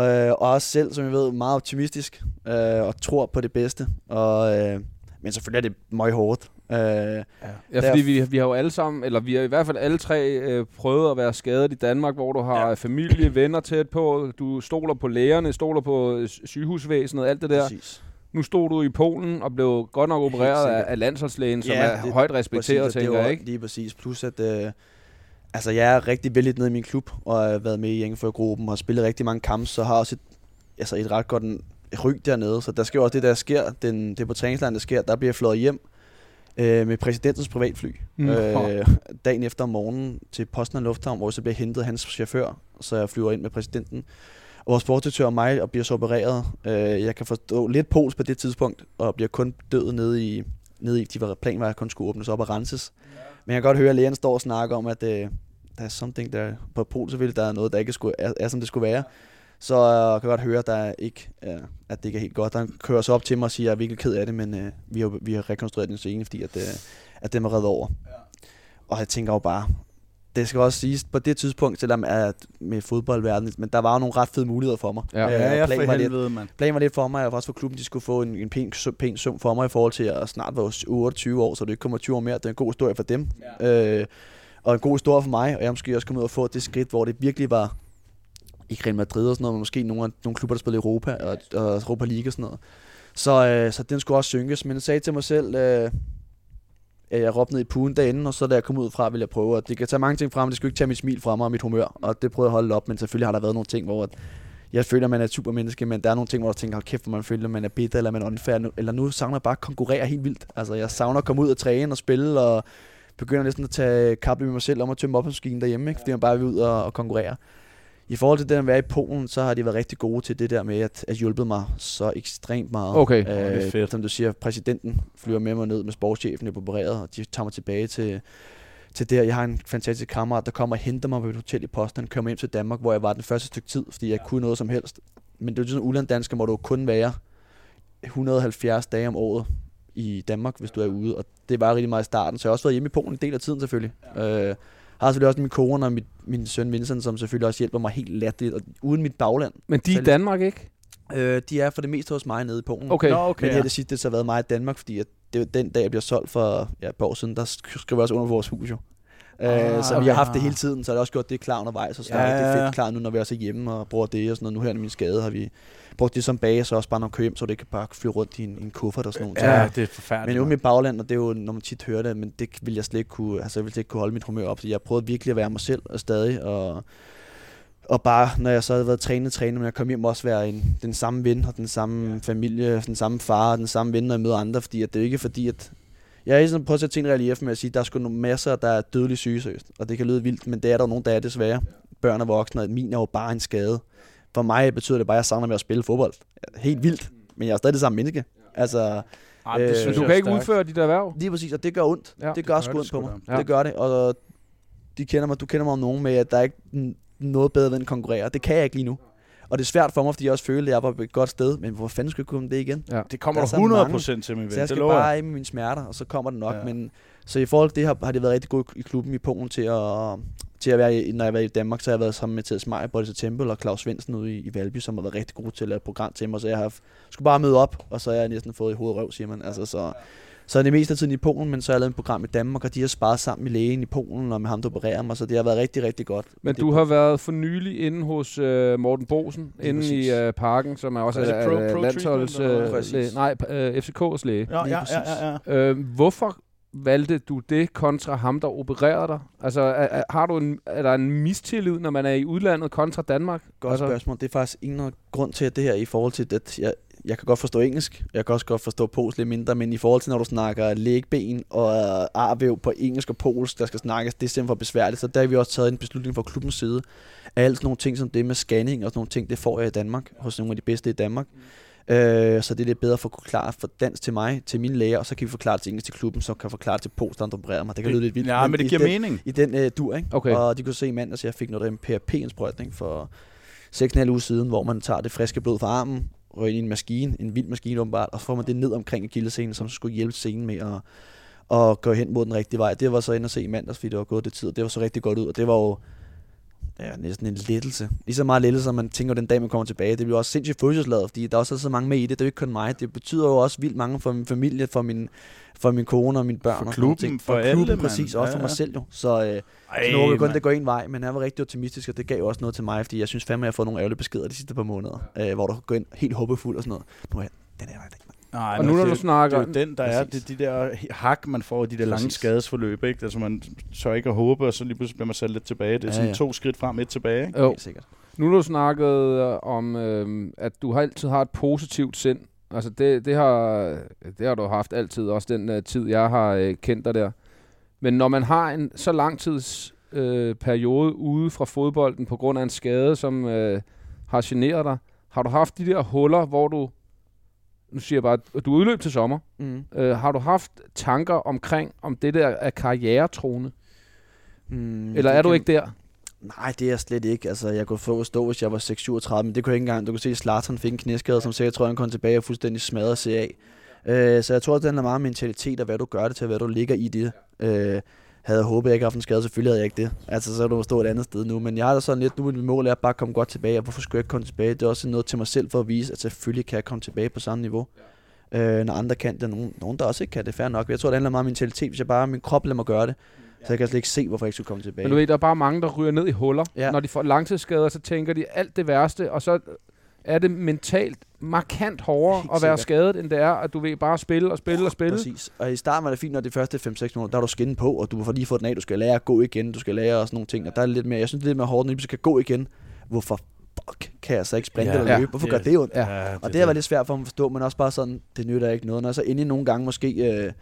Speaker 5: Øh, og også selv, som jeg ved, meget optimistisk øh, og tror på det bedste. Og, øh, men selvfølgelig er det meget hårdt. Øh, ja,
Speaker 3: Ja, fordi vi, vi har jo alle sammen, eller vi har i hvert fald alle tre øh, prøvet at være skadet i Danmark, hvor du har ja. familie, venner tæt på, du stoler på lægerne, stoler på øh, sygehusvæsenet, alt det der.
Speaker 5: Præcis.
Speaker 3: Nu stod du i Polen og blev godt nok opereret af,
Speaker 5: sikkert.
Speaker 3: af landsholdslægen, som er
Speaker 5: det-
Speaker 3: højt respekteret,
Speaker 5: præcis, og det
Speaker 3: tænker
Speaker 5: var
Speaker 3: jeg, ikke?
Speaker 5: Lige præcis. Plus at... Øh, altså, jeg er rigtig vældig nede i min klub, og har været med i Ingeførgruppen, og har spillet rigtig mange kampe, så har også et, altså et ret godt en- ryg dernede. Så der sker jo også det, der sker. Den, det er på træningslejren, der sker. Der bliver jeg fløjet hjem øh, med præsidentens privatfly.
Speaker 3: Nå.
Speaker 5: Øh, dagen efter om morgenen til Postner Lufthavn, hvor jeg så bliver hentet af hans chauffør, så jeg flyver ind med præsidenten. Og vores sportsdirektør og mig og bliver så opereret. Øh, jeg kan forstå lidt pols på det tidspunkt, og bliver kun død nede i, nede i de var planen var, at jeg kun skulle åbnes op og renses. Men jeg kan godt høre, at lægen står og snakker om, at øh, der er something der på Polen selvfølgelig, der er noget, der ikke er, skulle, er, er som det skulle være. Så øh, kan jeg godt høre, at, der er ikke, øh, at det ikke er helt godt. Der kører så op til mig og siger, at jeg er virkelig ked af det, men øh, vi, har, vi har rekonstrueret den scene, fordi at, øh, at den var reddet over. Og jeg tænker jo bare, det skal også siges på det tidspunkt, selvom at med fodboldverdenen, men der var jo nogle ret fede muligheder for mig. Øh,
Speaker 1: Ja, ja,
Speaker 5: og
Speaker 1: for
Speaker 5: planen var lidt-
Speaker 1: helvede, mand.
Speaker 5: Planen var lidt for mig, og også for klubben, de skulle få en, en pæn, sum- pæn sum for mig i forhold til, at jeg snart var 28 år, så det ikke kommer 20 år mere. Det er en god historie for dem. Ja. Øh, og en god historie for mig, og jeg er måske også kommet ud og få det skridt, hvor det virkelig var ikke Real Madrid og sådan noget, men måske nogle, af- nogle klubber, der spillede i Europa og, og Europa League og sådan noget. Så, øh, så den skulle også synkes, men jeg sagde til mig selv, øh, at jeg råbte ned i puen derinde, og så da jeg kom ud fra, ville jeg prøve. Og det kan tage mange ting fra mig, det skulle ikke tage mit smil fra mig og mit humør, og det prøvede jeg at holde op, men selvfølgelig har der været nogle ting, hvor at jeg føler, man er et supermenneske, men der er nogle ting, hvor jeg tænker, hold kæft, hvor man føler, man er bitter, eller man er unfair, nu- eller nu savner jeg bare at konkurrere helt vildt. Altså, jeg savner at komme ud og træne og spille, og begynder næsten at tage kappe med mig selv om at tømme opvaskemaskinen derhjemme, ikke? fordi man bare vil ud og, og konkurrere. I forhold til det at være i Polen, så har de været rigtig gode til det der med at, at hjulpet mig så ekstremt meget.
Speaker 3: Okay.
Speaker 1: det er
Speaker 5: øh,
Speaker 1: fedt.
Speaker 5: som du siger, præsidenten flyver med mig ned med sportschefen, jeg er opereret, og de tager mig tilbage til, til der. Jeg har en fantastisk kammerat, der kommer og henter mig på et hotel i Posten, kører mig hjem til Danmark, hvor jeg var den første stykke tid, fordi jeg kunne noget som helst. Men det er jo sådan, ulanddansker må du jo kun være 170 dage om året i Danmark, hvis du er ude, og det var rigtig meget i starten. Så jeg har også været hjemme i Polen en del af tiden selvfølgelig. Øh, har selvfølgelig også min kone og mit, min søn Vincent, som selvfølgelig også hjælper mig helt latterligt, og uden mit bagland.
Speaker 3: Men de er i
Speaker 5: Selv- Mm.
Speaker 3: Danmark, ikke?
Speaker 5: Øh, de er for det meste hos mig nede i Polen.
Speaker 3: Okay. Nå,
Speaker 1: okay,
Speaker 5: Men det
Speaker 1: ja.
Speaker 5: her det sidste, det har så været mig i Danmark, fordi at det, er den dag, jeg bliver solgt for ja, et par år siden, der sk- skrev jeg også under på vores hus jo.
Speaker 1: Ah,
Speaker 5: Øh, så vi har haft
Speaker 1: okay.
Speaker 5: det hele tiden, så har jeg også gjort det klar undervejs, og så
Speaker 1: Ja,
Speaker 5: ja, det
Speaker 1: ja,
Speaker 5: er
Speaker 1: ja.
Speaker 5: fedt klar nu, når vi også er hjemme og bruger det og sådan noget. Nu her med min skade har vi brugt det som base, så også bare når kører hjem, så det kan bare flyve rundt i en, i en kuffert og sådan noget.
Speaker 1: Ja, det er forfærdeligt.
Speaker 5: Men
Speaker 1: mand.
Speaker 5: uden mit bagland, og det er jo, når man tit hører det, men det ville jeg slet ikke kunne, altså jeg ville slet ikke kunne holde mit humør op, så jeg prøvede virkelig at være mig selv og stadig, og, og bare, når jeg så havde været trænet, trænet, men jeg kom hjem også være en, den samme ven, og den samme ja. familie, og den samme far, og den samme ven, når jeg møder andre, fordi at det er jo ikke fordi, at jeg har hele tiden prøvet at sætte ting i relief med at sige, at der er sgu nogle masser, der er dødeligt sygesøst. Og det kan lyde vildt, men det er der jo nogen, der er desværre. Børn og voksne, og min er jo bare en skade. For mig betyder det bare, at jeg savner med at spille fodbold. Helt vildt, men jeg er stadig det samme menneske. Altså,
Speaker 1: Ej, det
Speaker 5: Øh,
Speaker 1: synes
Speaker 3: Du
Speaker 1: jeg
Speaker 3: kan
Speaker 1: er
Speaker 3: ikke
Speaker 1: stærkt.
Speaker 3: udføre dit erhverv.
Speaker 5: Lige præcis, og det gør ondt.
Speaker 3: Ja,
Speaker 5: Ja,
Speaker 3: det
Speaker 5: det gør
Speaker 1: gør
Speaker 5: sgu
Speaker 1: det
Speaker 5: ondt
Speaker 1: sgu
Speaker 5: på
Speaker 1: da.
Speaker 5: mig.
Speaker 3: Ja.
Speaker 5: Ja. Det gør det, og de kender mig, du kender mig om nogen med, at der er ikke n- noget bedre end konkurrere. Det kan jeg ikke lige nu. Og det er svært for mig, fordi jeg også følte, at jeg var på et godt sted. Men hvor fanden skulle jeg kunne om det igen?
Speaker 1: Det kommer
Speaker 5: Der
Speaker 1: du
Speaker 5: er så
Speaker 1: 100% til, min ven.
Speaker 5: Så jeg
Speaker 1: Det
Speaker 5: skal
Speaker 1: lover jeg.
Speaker 5: bare af med mine smerter, og så kommer det nok.
Speaker 1: Ja.
Speaker 5: Ja. Men, så i forhold til det har, har det været rigtig godt i klubben i Polen til at, til at være, i- når jeg har været i Danmark, så har jeg været sammen med Thias Meier, Boris Tempel og Claus Svendsen ude i, i Valby, som har været rigtig gode til at lave et program til mig, så jeg har haft, skulle bare møde op, og så har jeg næsten fået i hovedet og røv, siger man. Altså, så, Så det meste af tiden i Polen, men så har jeg lavet et program i Danmark, og de har sparet sammen med lægen i Polen og med ham, der opererer mig, så det har været rigtig, rigtig godt.
Speaker 3: Men
Speaker 5: Det-
Speaker 3: du har været for nylig inde hos øh, Morten Bosen,
Speaker 5: Lige
Speaker 3: inde i
Speaker 5: præcis. Altså
Speaker 3: øh, parken, som er også
Speaker 1: Er det
Speaker 3: er,
Speaker 1: pro-
Speaker 3: er,
Speaker 1: pro-treatment,
Speaker 3: landsholdets...
Speaker 1: eller hvad?
Speaker 3: Øh, læge,
Speaker 1: Præcis.
Speaker 3: nej, øh, FCK's læge.
Speaker 1: Ja, ja, ja, ja, ja.
Speaker 3: Øh, hvorfor valgte du det kontra ham, der opererede dig? Altså, er, er, har du en, er der en mistillid, når man er i udlandet kontra Danmark?
Speaker 5: Godt
Speaker 3: altså,
Speaker 5: altså, spørgsmål. Det er faktisk ingen grund til, at det her i forhold til, at jeg, jeg kan godt forstå engelsk, jeg kan også godt forstå polsk lidt mindre, men i forhold til, når du snakker lægben og øh, arvæv på engelsk og polsk, der skal snakkes, det er simpelthen for besværligt. Så der har vi også taget en beslutning fra klubbens side, at alt sådan nogle ting som det med scanning og sådan nogle ting, det får jeg i Danmark, hos nogle af de bedste i Danmark. Øh, så det er lidt bedre for at kunne forklare for dansk til mig, til mine læger, og så kan vi forklare det til engelsk til klubben, så kan jeg forklare det til polsk, der opererer mig. Det kan
Speaker 1: Det-
Speaker 5: lyde lidt vildt.
Speaker 1: Ja, men det
Speaker 5: i
Speaker 1: giver
Speaker 5: den,
Speaker 1: mening.
Speaker 5: I den øh, dur, ikke?
Speaker 3: Okay.
Speaker 5: Og de kunne se i mandags, at jeg fik noget af en PRP-indsprøjtning for 6,5 uger siden, hvor man tager det friske blod fra armen, rører ind i en maskine, en vild maskine åbenbart, og så får man det ned omkring gildescenen, som skulle hjælpe scenen med at og gå hen mod den rigtige vej. Det var så ind at se i mandags, fordi det var gået det tid, og det var så rigtig godt ud, og det var jo ja, næsten en lettelse. Lige så meget lettelse, som man tænker den dag, man kommer tilbage. Det bliver også sindssygt følelsesladet, fordi der også er så mange med i det. Det er jo ikke kun mig. Det betyder jo også vildt mange for min familie, for min, for min kone og mine børn.
Speaker 1: For
Speaker 5: og sådan nogle
Speaker 1: klubben,
Speaker 5: ting.
Speaker 1: for alle,
Speaker 5: klubben,
Speaker 1: mand.
Speaker 5: præcis. Også
Speaker 1: Ja,
Speaker 5: for
Speaker 1: ja.
Speaker 5: mig selv jo. Så, øh,
Speaker 1: Ej,
Speaker 5: så nu håber jeg kun,
Speaker 1: mand.
Speaker 5: det går en vej, men jeg var rigtig optimistisk, og det gav jo også noget til mig, fordi jeg synes fandme, at jeg har fået nogle ærgerlige beskeder de sidste par måneder, øh, hvor der går ind helt håbefuld og sådan noget. Nu er jeg, den er der i dag.
Speaker 1: Nej,
Speaker 3: Og nu, når du
Speaker 1: det,
Speaker 3: snakker-
Speaker 1: Det er jo den, der er
Speaker 5: Præcis.
Speaker 1: det, de der hak, man får i de der lange
Speaker 5: Præcis.
Speaker 1: skadesforløb. Ikke? Altså, man tør ikke at håbe, og så lige pludselig bliver man sat lidt tilbage. Det er
Speaker 5: Ja,
Speaker 1: sådan
Speaker 5: ja.
Speaker 1: to skridt frem, et tilbage. Ikke?
Speaker 3: Jo.
Speaker 5: Helt sikkert.
Speaker 3: Nu har du snakket øh, om, øh, at du har altid har et positivt sind. Altså det, det, har, det har du haft altid, også den øh, tid, jeg har øh, kendt dig der. Men når man har en så lang tids øh, periode ude fra fodbolden på grund af en skade, som øh, har generet dig, har du haft de der huller, hvor du, nu siger jeg bare, at du er udløb til sommer,
Speaker 5: Mm.
Speaker 3: øh, har du haft tanker omkring, om det der er karrieretroende?
Speaker 5: Mm,
Speaker 3: Eller
Speaker 5: det
Speaker 3: er du
Speaker 5: kan-
Speaker 3: ikke der?
Speaker 5: Nej, det er jeg slet ikke. Altså, jeg kunne få at stå, hvis jeg var 6-37, men det kunne jeg ikke engang. Du kunne se, at Zlatan fik en knæskade, som sikkert tror, jeg, han kom tilbage og fuldstændig smadret og se af. Øh, så jeg tror, at det handler meget om mentalitet og hvad du gør det til, og hvad du ligger i det. Øh, havde jeg håbet, at jeg ikke havde haft en skade, selvfølgelig havde jeg ikke det. Altså, så er du stå et andet sted nu. Men jeg har da sådan lidt, nu er mit mål er at bare komme godt tilbage, og hvorfor skulle jeg ikke komme tilbage? Det er også noget til mig selv for at vise, at selvfølgelig kan jeg komme tilbage på samme niveau. Øh, når andre kan det, og nogen, nogen, der også ikke kan det, fair nok. Jeg tror, det handler meget om mentalitet, hvis jeg bare, min krop lader mig gøre det. Så jeg kan slet ikke se, hvorfor jeg ikke skulle komme tilbage.
Speaker 3: Men du ved, der er bare mange, der ryger ned i huller. Ja.
Speaker 5: Ja.
Speaker 3: Når de får langtidsskader, så tænker de alt det værste, og så er det mentalt markant hårdere
Speaker 5: Helt
Speaker 3: at være
Speaker 5: sikkert.
Speaker 3: skadet, end det er, at du ved bare spille og spille og spille.
Speaker 5: Præcis. Og i starten var det fint, når de første 5-6 måneder, der er du skinnet på, og du får lige fået den af, du skal lære at gå igen, du skal lære og sådan nogle ting. Og der er lidt mere, jeg synes, det er lidt mere hårdt, når du skal gå igen. Hvorfor fuck kan jeg så ikke sprinte
Speaker 1: Ja,
Speaker 5: ja, eller løbe?
Speaker 1: ja.
Speaker 5: Hvorfor
Speaker 1: Det-
Speaker 5: gør det ondt?
Speaker 3: Ja.
Speaker 1: Ja,
Speaker 5: Og det
Speaker 3: altså.
Speaker 5: har været lidt svært for dem at forstå, men også bare sådan, det nytter ikke noget. Når jeg så endelig nogle gange måske øh,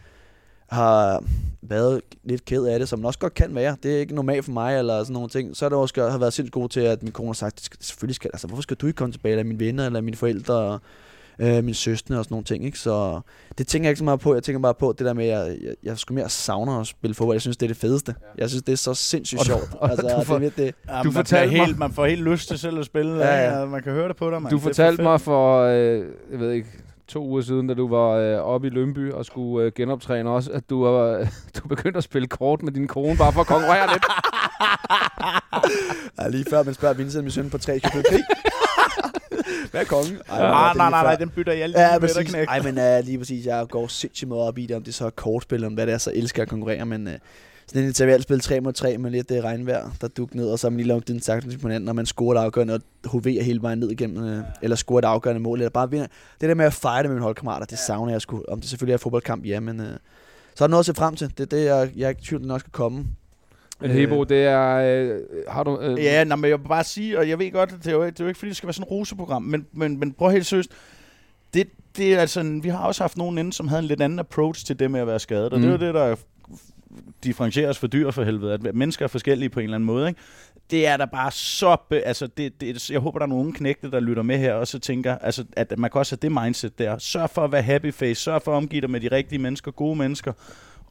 Speaker 5: har været lidt ked af det, som man også godt kan være, det er ikke normalt for mig eller sådan nogle ting, så er det også, jeg har været sindssygt god til, at min kone har sagt, "Det skal- selvfølgelig skal, altså hvorfor skal du ikke komme tilbage, eller mine venner, eller mine forældre, og, øh, min søster og sådan nogle ting, ikke? Så det tænker jeg ikke så meget på. Jeg tænker bare på det der med, at jeg, jeg, jeg skulle mere savner at spille fodbold. Jeg synes, det er det fedeste. Jeg synes, det er så sindssygt
Speaker 3: Og du-
Speaker 5: sjovt.
Speaker 3: og
Speaker 5: altså,
Speaker 3: du får-
Speaker 5: det, er lidt det,
Speaker 1: Ja,
Speaker 3: Du
Speaker 1: Ah, man
Speaker 3: fortalte
Speaker 1: bliver
Speaker 3: mig-
Speaker 1: helt, Man får helt lyst til selv at spille.
Speaker 5: Ja,
Speaker 1: ja,
Speaker 5: ja.
Speaker 1: ja. Man kan høre det på dig, man.
Speaker 3: Du fortalte mig for, øh, jeg ved ikke, to uger siden, da du var øh, oppe i Lønby og skulle øh, genoptræne også, at du, øh, du begyndte at spille kort med din kone, bare for at konkurrere lidt.
Speaker 5: ja, lige før man spørger Vincent, min søn på tre, kan du ikke? Hvad er kongen? Ej, hvor var
Speaker 1: Nej,
Speaker 5: det
Speaker 1: Ah, nej,
Speaker 5: lige
Speaker 1: nej,
Speaker 5: før.
Speaker 1: nej, den bytter jeg lige
Speaker 5: Ja,
Speaker 1: med dig,
Speaker 5: præcis.
Speaker 1: knæk.
Speaker 5: Ej, men uh, lige præcis. Jeg går sindssygt meget op i det, om det så er kortspil, eller om hvad det er, så elsker jeg at konkurrere, men uh, sådan en intervalspil 3 mod 3 med lidt uh, regnvejr, der duk ned, og så er man lige langt den taktisk på hinanden, og man scorer et afgørende, og hoverer hele vejen ned igennem, uh, eller scorer et afgørende mål, eller bare vinder. Det der med at fejre det med mine holdkammerater, det savner jeg sgu. Om det selvfølgelig er fodboldkamp, ja, men uh, så er der noget at se frem til. Det er det, jeg, jeg er ikke i tvivl, den også skal komme.
Speaker 3: Men
Speaker 5: Øh.
Speaker 3: Hebo, det er... Øh, har du... Øh,
Speaker 1: Ja, nej, men jeg vil bare sige, og jeg ved godt, det er jo, det er jo ikke, fordi det skal være sådan et roseprogram, men, men, men prøv helt seriøst, det, det er altså, en- vi har også haft nogen inde, som havde en lidt anden approach til det med at være skadet, og mm. det er
Speaker 3: Mm.
Speaker 1: jo det, der differentierer os for dyr for helvede, at mennesker er forskellige på en eller anden måde, ikke? Det er der bare så... Be, altså, det, det, jeg håber, der er nogle unge knægte, der lytter med her, og så tænker, altså, at man kan også have det mindset der. Sørg for at være happy face, sørg for at omgive dig med de rigtige mennesker, gode mennesker,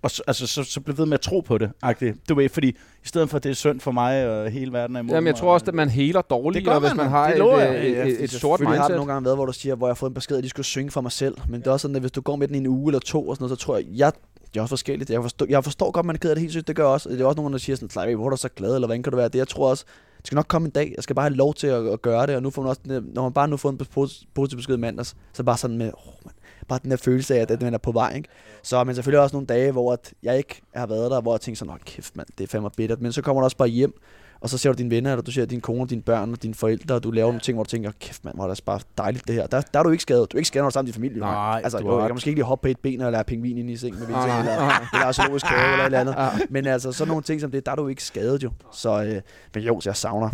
Speaker 1: og så, altså, så, så bliver ved med at tro på det, agtigt. Du ved, fordi i stedet for, at det er synd for mig, og hele verden er imod
Speaker 3: Jamen, jeg
Speaker 1: mig,
Speaker 3: tror også,
Speaker 1: og-
Speaker 3: at man heler
Speaker 1: Det gør
Speaker 3: dårligere, hvis
Speaker 1: man,
Speaker 3: man
Speaker 1: mand.
Speaker 3: har
Speaker 1: Det
Speaker 3: et,
Speaker 1: lover
Speaker 3: øh,
Speaker 1: jeg. Ja,
Speaker 3: et, et,
Speaker 1: fordi
Speaker 3: et sort
Speaker 5: Selvfølgelig har
Speaker 3: mindset.
Speaker 5: det nogle gange været, hvor du siger, hvor jeg har fået en besked, at de skulle synge for mig selv. Men det er også sådan, at hvis du går med den i en uge eller to, og sådan noget, så tror jeg, jeg det er også forskelligt. Jeg forstår, jeg forstår godt, man er ked af det helt sygt. Det gør jeg også. Det er også nogen, der siger sådan, nej, hvor er du så glad, eller hvordan kan du være det? Jeg tror også, det skal nok komme en dag, jeg skal bare have lov til at, at gøre det, og nu får man også, den der, når man bare nu får en pos- positiv besked i mandags, så bare sådan med, oh, man, bare den der følelse af, at, at man er på vej, ikke? Så men selvfølgelig også nogle dage, hvor at jeg ikke har været der, hvor jeg tænker sådan, åh kæft mand, det er fandme bittert, men så kommer du også bare hjem, og så ser du dine venner, eller du ser dine kone, dine børn og dine forældre, og du laver nogle ting, hvor du tænker, kæft mand, hvor er det bare dejligt det her. Der, der er du ikke skadet. Du er ikke skadet, når du er sammen med din familie.
Speaker 1: Nej,
Speaker 5: altså,
Speaker 1: du
Speaker 5: jo,
Speaker 1: har
Speaker 5: jeg
Speaker 1: ret.
Speaker 5: kan måske ikke lige hoppe på et ben og lade pingvin ind i sengen med vinsing,
Speaker 1: Nej,
Speaker 5: eller,
Speaker 1: nej.
Speaker 5: eller zoologisk have eller et eller andet. Men altså, sådan nogle ting som det, der er du ikke skadet jo. Så, øh, men jo, så jeg savner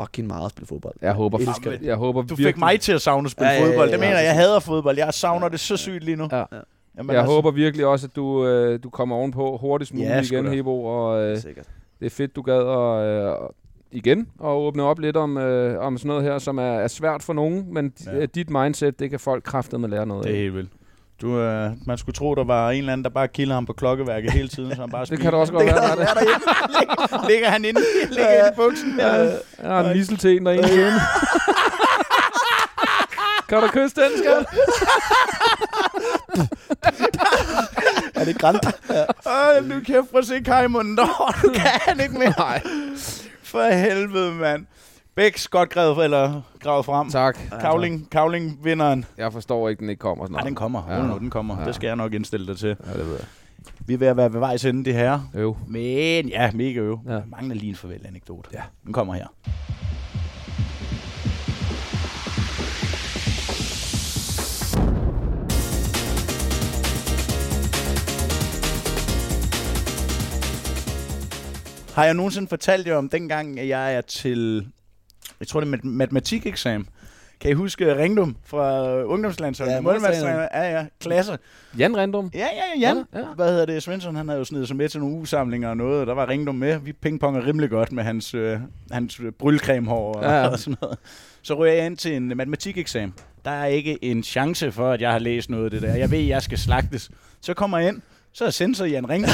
Speaker 5: fucking meget at spille fodbold.
Speaker 3: Jeg håber,
Speaker 5: elsker det.
Speaker 3: jeg håber
Speaker 1: Du fik
Speaker 3: virkelig-
Speaker 1: mig til at savne at spille
Speaker 5: Ja,
Speaker 1: ja,
Speaker 5: ja, ja,
Speaker 1: fodbold.
Speaker 5: ja,
Speaker 1: Det mener jeg. Jeg
Speaker 5: præcis.
Speaker 1: hader fodbold. Jeg savner det så sygt lige nu.
Speaker 3: Ja.
Speaker 1: Jamen,
Speaker 3: Men jeg altså... håber virkelig også, at du, øh, du kommer ovenpå hurtigst muligt
Speaker 1: Ja,
Speaker 3: ja,
Speaker 1: sgu
Speaker 3: igen,
Speaker 1: da.
Speaker 3: Hebo. Og, øh,
Speaker 5: Sikkert.
Speaker 3: det er fedt, du gad at, øh, igen og åbne op lidt om, øh, om sådan noget her, som er, er svært for nogen, men
Speaker 1: Ja.
Speaker 3: ja. dit mindset, det kan folk kraftedeme lære noget
Speaker 1: Det er
Speaker 3: af.
Speaker 1: helt vildt. Du, øh, man skulle tro, der var en eller anden, der bare kilder ham på klokkeværket hele tiden, så han bare
Speaker 3: Det kan da også godt være, der er det.
Speaker 1: ligger, ligger han inde, ligger inde i buksen. Ja.
Speaker 3: Jeg har en misselten der er en hjemme. kan du kysse den, skat?
Speaker 5: Er det grænt?
Speaker 1: Åh, jamen, du kæft for at se Kajmunden derovre. Du kan han ikke mere. Nej. For helvede, mand. Bæks godt gravet, eller gravet frem.
Speaker 3: Tak.
Speaker 1: Kavling, Kavling vinderen.
Speaker 3: Jeg forstår ikke, den ikke kommer snart.
Speaker 1: Nej, den kommer. Ja.
Speaker 3: Ja.
Speaker 1: nu, den kommer. Ja.
Speaker 3: Ja.
Speaker 1: Det skal jeg nok indstille dig til.
Speaker 3: Ja, det ved jeg.
Speaker 1: Vi er ved at være ved vejs ende, det her.
Speaker 3: Øv.
Speaker 1: Men ja, mega øv. Ja.
Speaker 3: Ja.
Speaker 1: Jeg mangler lige en farvel-anekdote. Ja. Den kommer her. Har jeg nogensinde fortalt jer om dengang, at jeg er til, jeg tror det er mat- matematikeksamen. Kan I huske Ringdom fra ungdomslandsholdet?
Speaker 5: Ja,
Speaker 1: målmandstræneren. Ja, ja, klasse.
Speaker 3: Jan Randum.
Speaker 1: Ja, ja, ja, Jan.
Speaker 3: Ja, ja.
Speaker 1: Hvad hedder det? Svensson, han havde jo snedet sig med til nogle ugesamlinger og noget, og der var Ringdom med. Vi pingponger rimelig godt med hans, øh, hans øh, brylcremehår og, ja.
Speaker 3: Ja.
Speaker 1: og sådan noget. Så ryger jeg ind til en matematikeksamen. Der er ikke en chance for, at jeg har læst noget af det der. Jeg ved, jeg skal slagtes. Så kommer jeg ind, så er sensor Jan Ringdom.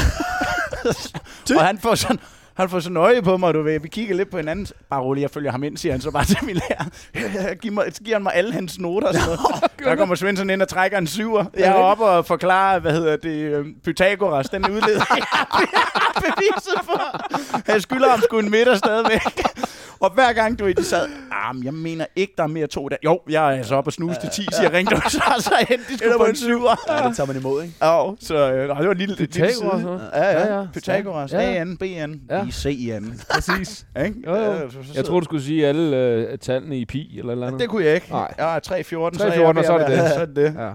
Speaker 1: og han får sådan... Han får sådan øje på mig, du ved. Vi kigger lidt på hinanden. Bare rolig, jeg følger ham ind, siger han så bare til min lærer. Giv mig, giver han mig alle hans noter og sådan noget. Der kommer Svensson ind og trækker en syver. Jeg er oppe og forklarer, hvad hedder det, øhm, Pythagoras, den udleder jeg bliver beviset for. Jeg skylder ham sgu en middag stadigvæk. Og hver gang du er i de sad, ah, men jeg mener ikke, der er mere to der. Jo, jeg er altså oppe og snuse til 10, siger Ringdom, så så endte de sgu på en syver.
Speaker 5: Ja, det tager man imod, ikke?
Speaker 1: Ja, så øh, nej, det var en lille, lille
Speaker 3: Pythagoras,
Speaker 1: side.
Speaker 3: hva'?
Speaker 1: Ja, ja.
Speaker 3: Ja, ja.
Speaker 1: Pythagoras,
Speaker 3: Ja, ja.
Speaker 1: AN, BN,
Speaker 3: Ja.
Speaker 1: IC i anden.
Speaker 3: Præcis.
Speaker 1: Ikke?
Speaker 3: Jo, jo.
Speaker 1: Ja, så- så-
Speaker 3: Jeg tror, du skulle sige alle øh, tallene i pi eller et eller andet.
Speaker 1: Det kunne jeg ikke.
Speaker 3: Nej.
Speaker 1: Jeg er 314,
Speaker 3: 3-14,
Speaker 1: så, er jeg ved at
Speaker 3: og så er det
Speaker 1: være-
Speaker 3: det.
Speaker 1: så er det det.
Speaker 3: Ja.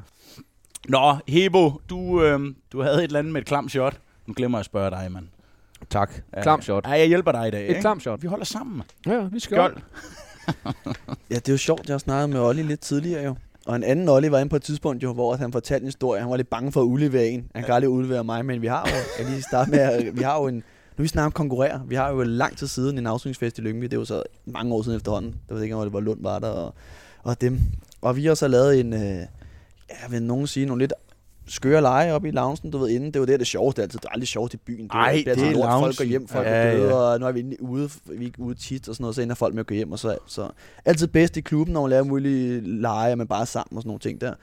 Speaker 1: Nå, Hebo, du, øh, du havde et eller andet med et klam shot. Nu glemmer jeg at spørge dig, mand.
Speaker 3: Tak.
Speaker 1: Ja,
Speaker 3: Klam shot.
Speaker 1: Ja, jeg hjælper dig i dag.
Speaker 3: Et klam shot.
Speaker 1: Vi holder sammen. mand.
Speaker 3: Ja, vi skal.
Speaker 1: Skjold.
Speaker 5: Ja, det er jo sjovt, jeg snakkede med Olli lidt tidligere jo. Og en anden Olli var inde på et tidspunkt jo, hvor han fortalte en historie. Han var lidt bange for at udlevere en. Han kan aldrig udlevere mig, men vi har jo, jeg lige starte med, at- vi har jo en, nu er vi snart konkurrere. Vi har jo lang tid siden en afslutningsfest i Lyngby. Det er jo så mange år siden efterhånden. Der ved jeg ikke, om Oliver Lund var der og, og dem. Og vi har så lavet en, øh, ja, vil nogen sige, nogle lidt skøre lege oppe i loungen, du ved, inden. Det var det, det sjoveste altid. Det er aldrig sjovt i byen. Det, er-
Speaker 1: Ej,
Speaker 5: altid
Speaker 1: det er
Speaker 5: lort. Folk går
Speaker 1: loungen.
Speaker 5: hjem, folk
Speaker 1: Ja,
Speaker 5: er døde,
Speaker 1: ja.
Speaker 5: og nu er vi inde ude, vi er ude tit og sådan noget, så ender folk med at gå hjem og så, så altid bedst i klubben, når man laver mulige lege, og man bare er sammen og sådan nogle ting der.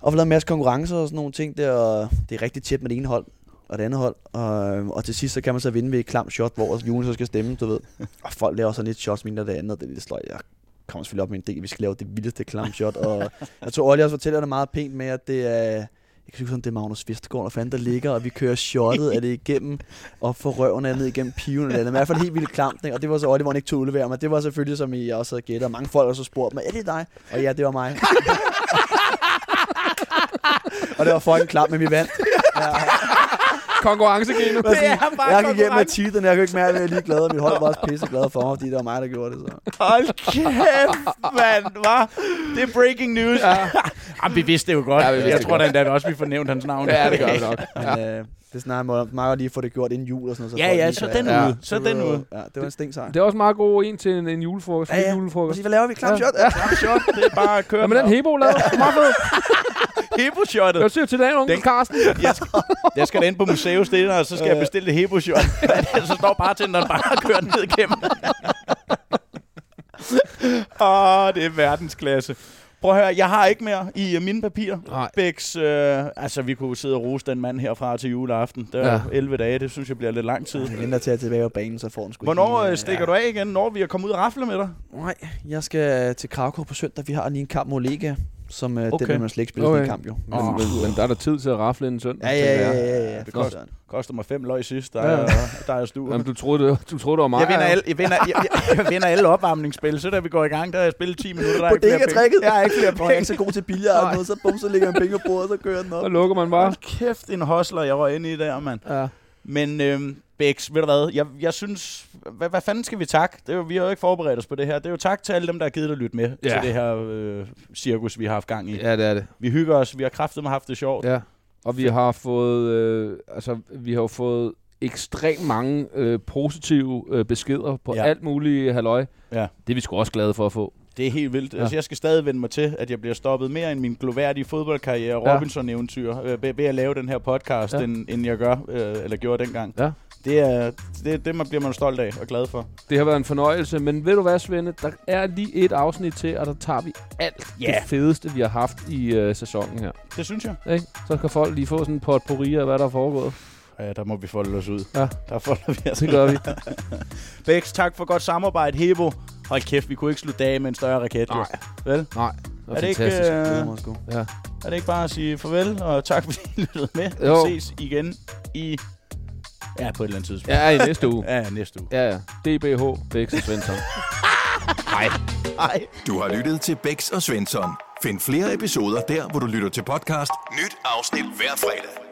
Speaker 5: Og vi lavede en masse konkurrencer og sådan nogle ting der, og det er rigtig tæt med det ene hold og det andet hold. Og, øh, og til sidst, så kan man så vinde ved et klamt shot, hvor Julen så skal stemme, du ved. Og folk laver så lidt shots, mindre det andet, og det er lidt sløjt. Jeg kommer selvfølgelig op med en del, vi skal lave det vildeste klamt shot. Og jeg tror, Olli også fortæller det meget pænt med, at det er... Jeg kan huske, om det er Magnus Vestergaard, der fandt, der ligger, og vi kører shottet af det igennem, og får røven af ned igennem piven eller andet. Men i hvert fald helt vildt klamt, ikke? og det var så Olli, hvor han ikke tog udlevere mig. Det var selvfølgelig, som I også havde gættet, og mange folk har så spurgt mig, er det dig? Og ja, det var mig. og det var fucking klamt, men vi vandt.
Speaker 3: Konkurrencegenet.
Speaker 5: Det er
Speaker 1: bare
Speaker 5: jeg gik hjem med
Speaker 1: konkurrence.
Speaker 5: tiden, jeg kunne ikke mærke, at jeg var ligeglad, og mit hold var også pisseglade for mig, fordi det var mig, der gjorde det. Så.
Speaker 1: Hold kæft, mand, hva? Det er breaking news. Ja. Jamen, vi vidste det jo godt.
Speaker 3: Ja, vi
Speaker 1: Ja,
Speaker 3: vidste
Speaker 1: jeg
Speaker 3: det
Speaker 1: tror da endda også, vi fornævnte hans navn.
Speaker 3: Ja, det gør det nok.
Speaker 5: Men, øh, det snakker man om. Meget godt lige at få det gjort inden jul og sådan noget.
Speaker 1: Ja,
Speaker 5: folk
Speaker 1: ja,
Speaker 5: lige
Speaker 1: så
Speaker 5: kan-
Speaker 1: den
Speaker 3: Ja.
Speaker 1: ude. Så
Speaker 5: det var
Speaker 1: den
Speaker 5: jo-
Speaker 1: ude.
Speaker 5: Ja, det var en stinksejr.
Speaker 3: Det er også meget god en til en, en julefrokost. Ja, ja. julefrokost.
Speaker 5: Præcis, hvad laver vi? Klam
Speaker 3: Ja.
Speaker 5: shot? Ja.
Speaker 1: Shot, det er bare at køre
Speaker 3: Ja, men den Hebo lavede, det var meget fedt.
Speaker 1: Hebo-shottet.
Speaker 3: Jeg siger til dig, onkel
Speaker 1: Den-
Speaker 3: Carsten.
Speaker 1: Jeg skal, jeg skal da ind på museet senere, og så skal jeg bestille det Hebo-shot. så står bare til, når bare kører den ned igennem. Åh, det er verdensklasse. Prøv at høre, jeg har ikke mere i uh, mine papirer. Bæks, øh, altså vi kunne sidde og rose den mand herfra til juleaften. Det er
Speaker 5: Ja.
Speaker 1: ja. 11 dage, det synes jeg bliver lidt lang tid.
Speaker 5: Han venter til at tilbage på banen, så får han sgu
Speaker 1: Hvornår
Speaker 5: ikke
Speaker 1: øh, stikker du af igen? Når vi er kommet ud og rafle med dig?
Speaker 5: Nej, jeg skal til Krakow på søndag. Vi har lige en kamp mod Lega, som øh,
Speaker 1: Okay.
Speaker 5: den vil man slet ikke spille okay. i kamp, jo.
Speaker 3: Men, oh. men der er der tid til at rafle en søndag.
Speaker 5: Ja, ja,
Speaker 3: tænker
Speaker 5: ja,
Speaker 3: jeg.
Speaker 5: ja, ja.
Speaker 1: Det
Speaker 5: Nå.
Speaker 1: kost, koster mig fem løg sidst, der,
Speaker 3: Ja.
Speaker 1: ja. er, der er stuer.
Speaker 3: Jamen, du troede, det, du troede, det var mig.
Speaker 1: Jeg vinder,
Speaker 3: jo.
Speaker 1: alle, jeg, vinder, jeg, jeg, jeg vinder alle opvarmningsspil, så da vi går i gang, der har jeg spillet 10 minutter. Der er
Speaker 5: På
Speaker 1: ikke flere
Speaker 5: dækket
Speaker 1: penge.
Speaker 5: trækket.
Speaker 1: Jeg er ikke flere
Speaker 5: Jeg er
Speaker 1: point.
Speaker 5: ikke så god til billard og noget, så bum, så ligger han penge på bordet, så kører den op.
Speaker 3: Så lukker man bare.
Speaker 1: Hold kæft, en hostler, jeg røg inde i der, mand.
Speaker 5: Ja.
Speaker 1: Men øhm, Bex, ved du hvad, jeg, jeg synes, hvad, hvad fanden skal vi takke? Det er jo, vi har jo ikke forberedt os på det her. Det er jo tak til alle dem, der har givet at lytte med
Speaker 3: Ja.
Speaker 1: ja. til det her øh, cirkus, vi har haft gang i. Ja.
Speaker 3: Ja, det er det.
Speaker 1: Vi hygger os, vi har kraftet med haft det sjovt.
Speaker 3: Ja. Og vi har fået, øh, altså, vi har jo fået ekstremt mange øh, positive øh, beskeder på ja.
Speaker 1: Ja.
Speaker 3: alt muligt halløj.
Speaker 1: Ja.
Speaker 3: Det er vi sgu også glade for at få.
Speaker 1: Det er helt vildt.
Speaker 3: Ja.
Speaker 1: Ja. Altså, jeg skal stadig vende mig til, at jeg bliver stoppet mere end min gloværdige fodboldkarriere og
Speaker 3: Ja.
Speaker 1: Robinson-eventyr øh, ved, ved at lave den her podcast,
Speaker 3: Ja.
Speaker 1: ja. end, end jeg gør, øh, eller gjorde dengang.
Speaker 3: Ja.
Speaker 1: Det, er, det, det man bliver man stolt af og glad for.
Speaker 3: Det har været en fornøjelse, men ved du hvad, Svende? Der er lige et afsnit til, og der tager vi alt
Speaker 1: Ja.
Speaker 3: det fedeste, vi har haft i øh, sæsonen her.
Speaker 1: Det synes jeg.
Speaker 3: Ikke? Så kan folk lige få sådan en potpourri af, hvad der er foregået.
Speaker 1: Ja, der må vi folde os ud.
Speaker 3: Ja.
Speaker 1: Der folder vi os
Speaker 3: Det gør vi.
Speaker 1: Bex, tak for godt samarbejde. Hebo, hold kæft, vi kunne ikke slutte af med en større raket. jo.
Speaker 3: Nej.
Speaker 1: Vel?
Speaker 3: Nej,
Speaker 1: Er det, ikke, øh,
Speaker 3: fantastisk.
Speaker 5: Glæder mig sgu.
Speaker 1: er det ikke bare at sige farvel, og tak fordi I lyttede med.
Speaker 3: Jo.
Speaker 1: Vi ses igen i... Ja, på et eller andet tidspunkt.
Speaker 3: Ja, i næste uge.
Speaker 1: Ja, næste uge.
Speaker 3: Ja, ja. DBH, Bæks og Svensson.
Speaker 1: Hej.
Speaker 2: Du har lyttet til Bæks og Svensson. Find flere episoder der, hvor du lytter til podcast. Nyt afsnit hver fredag.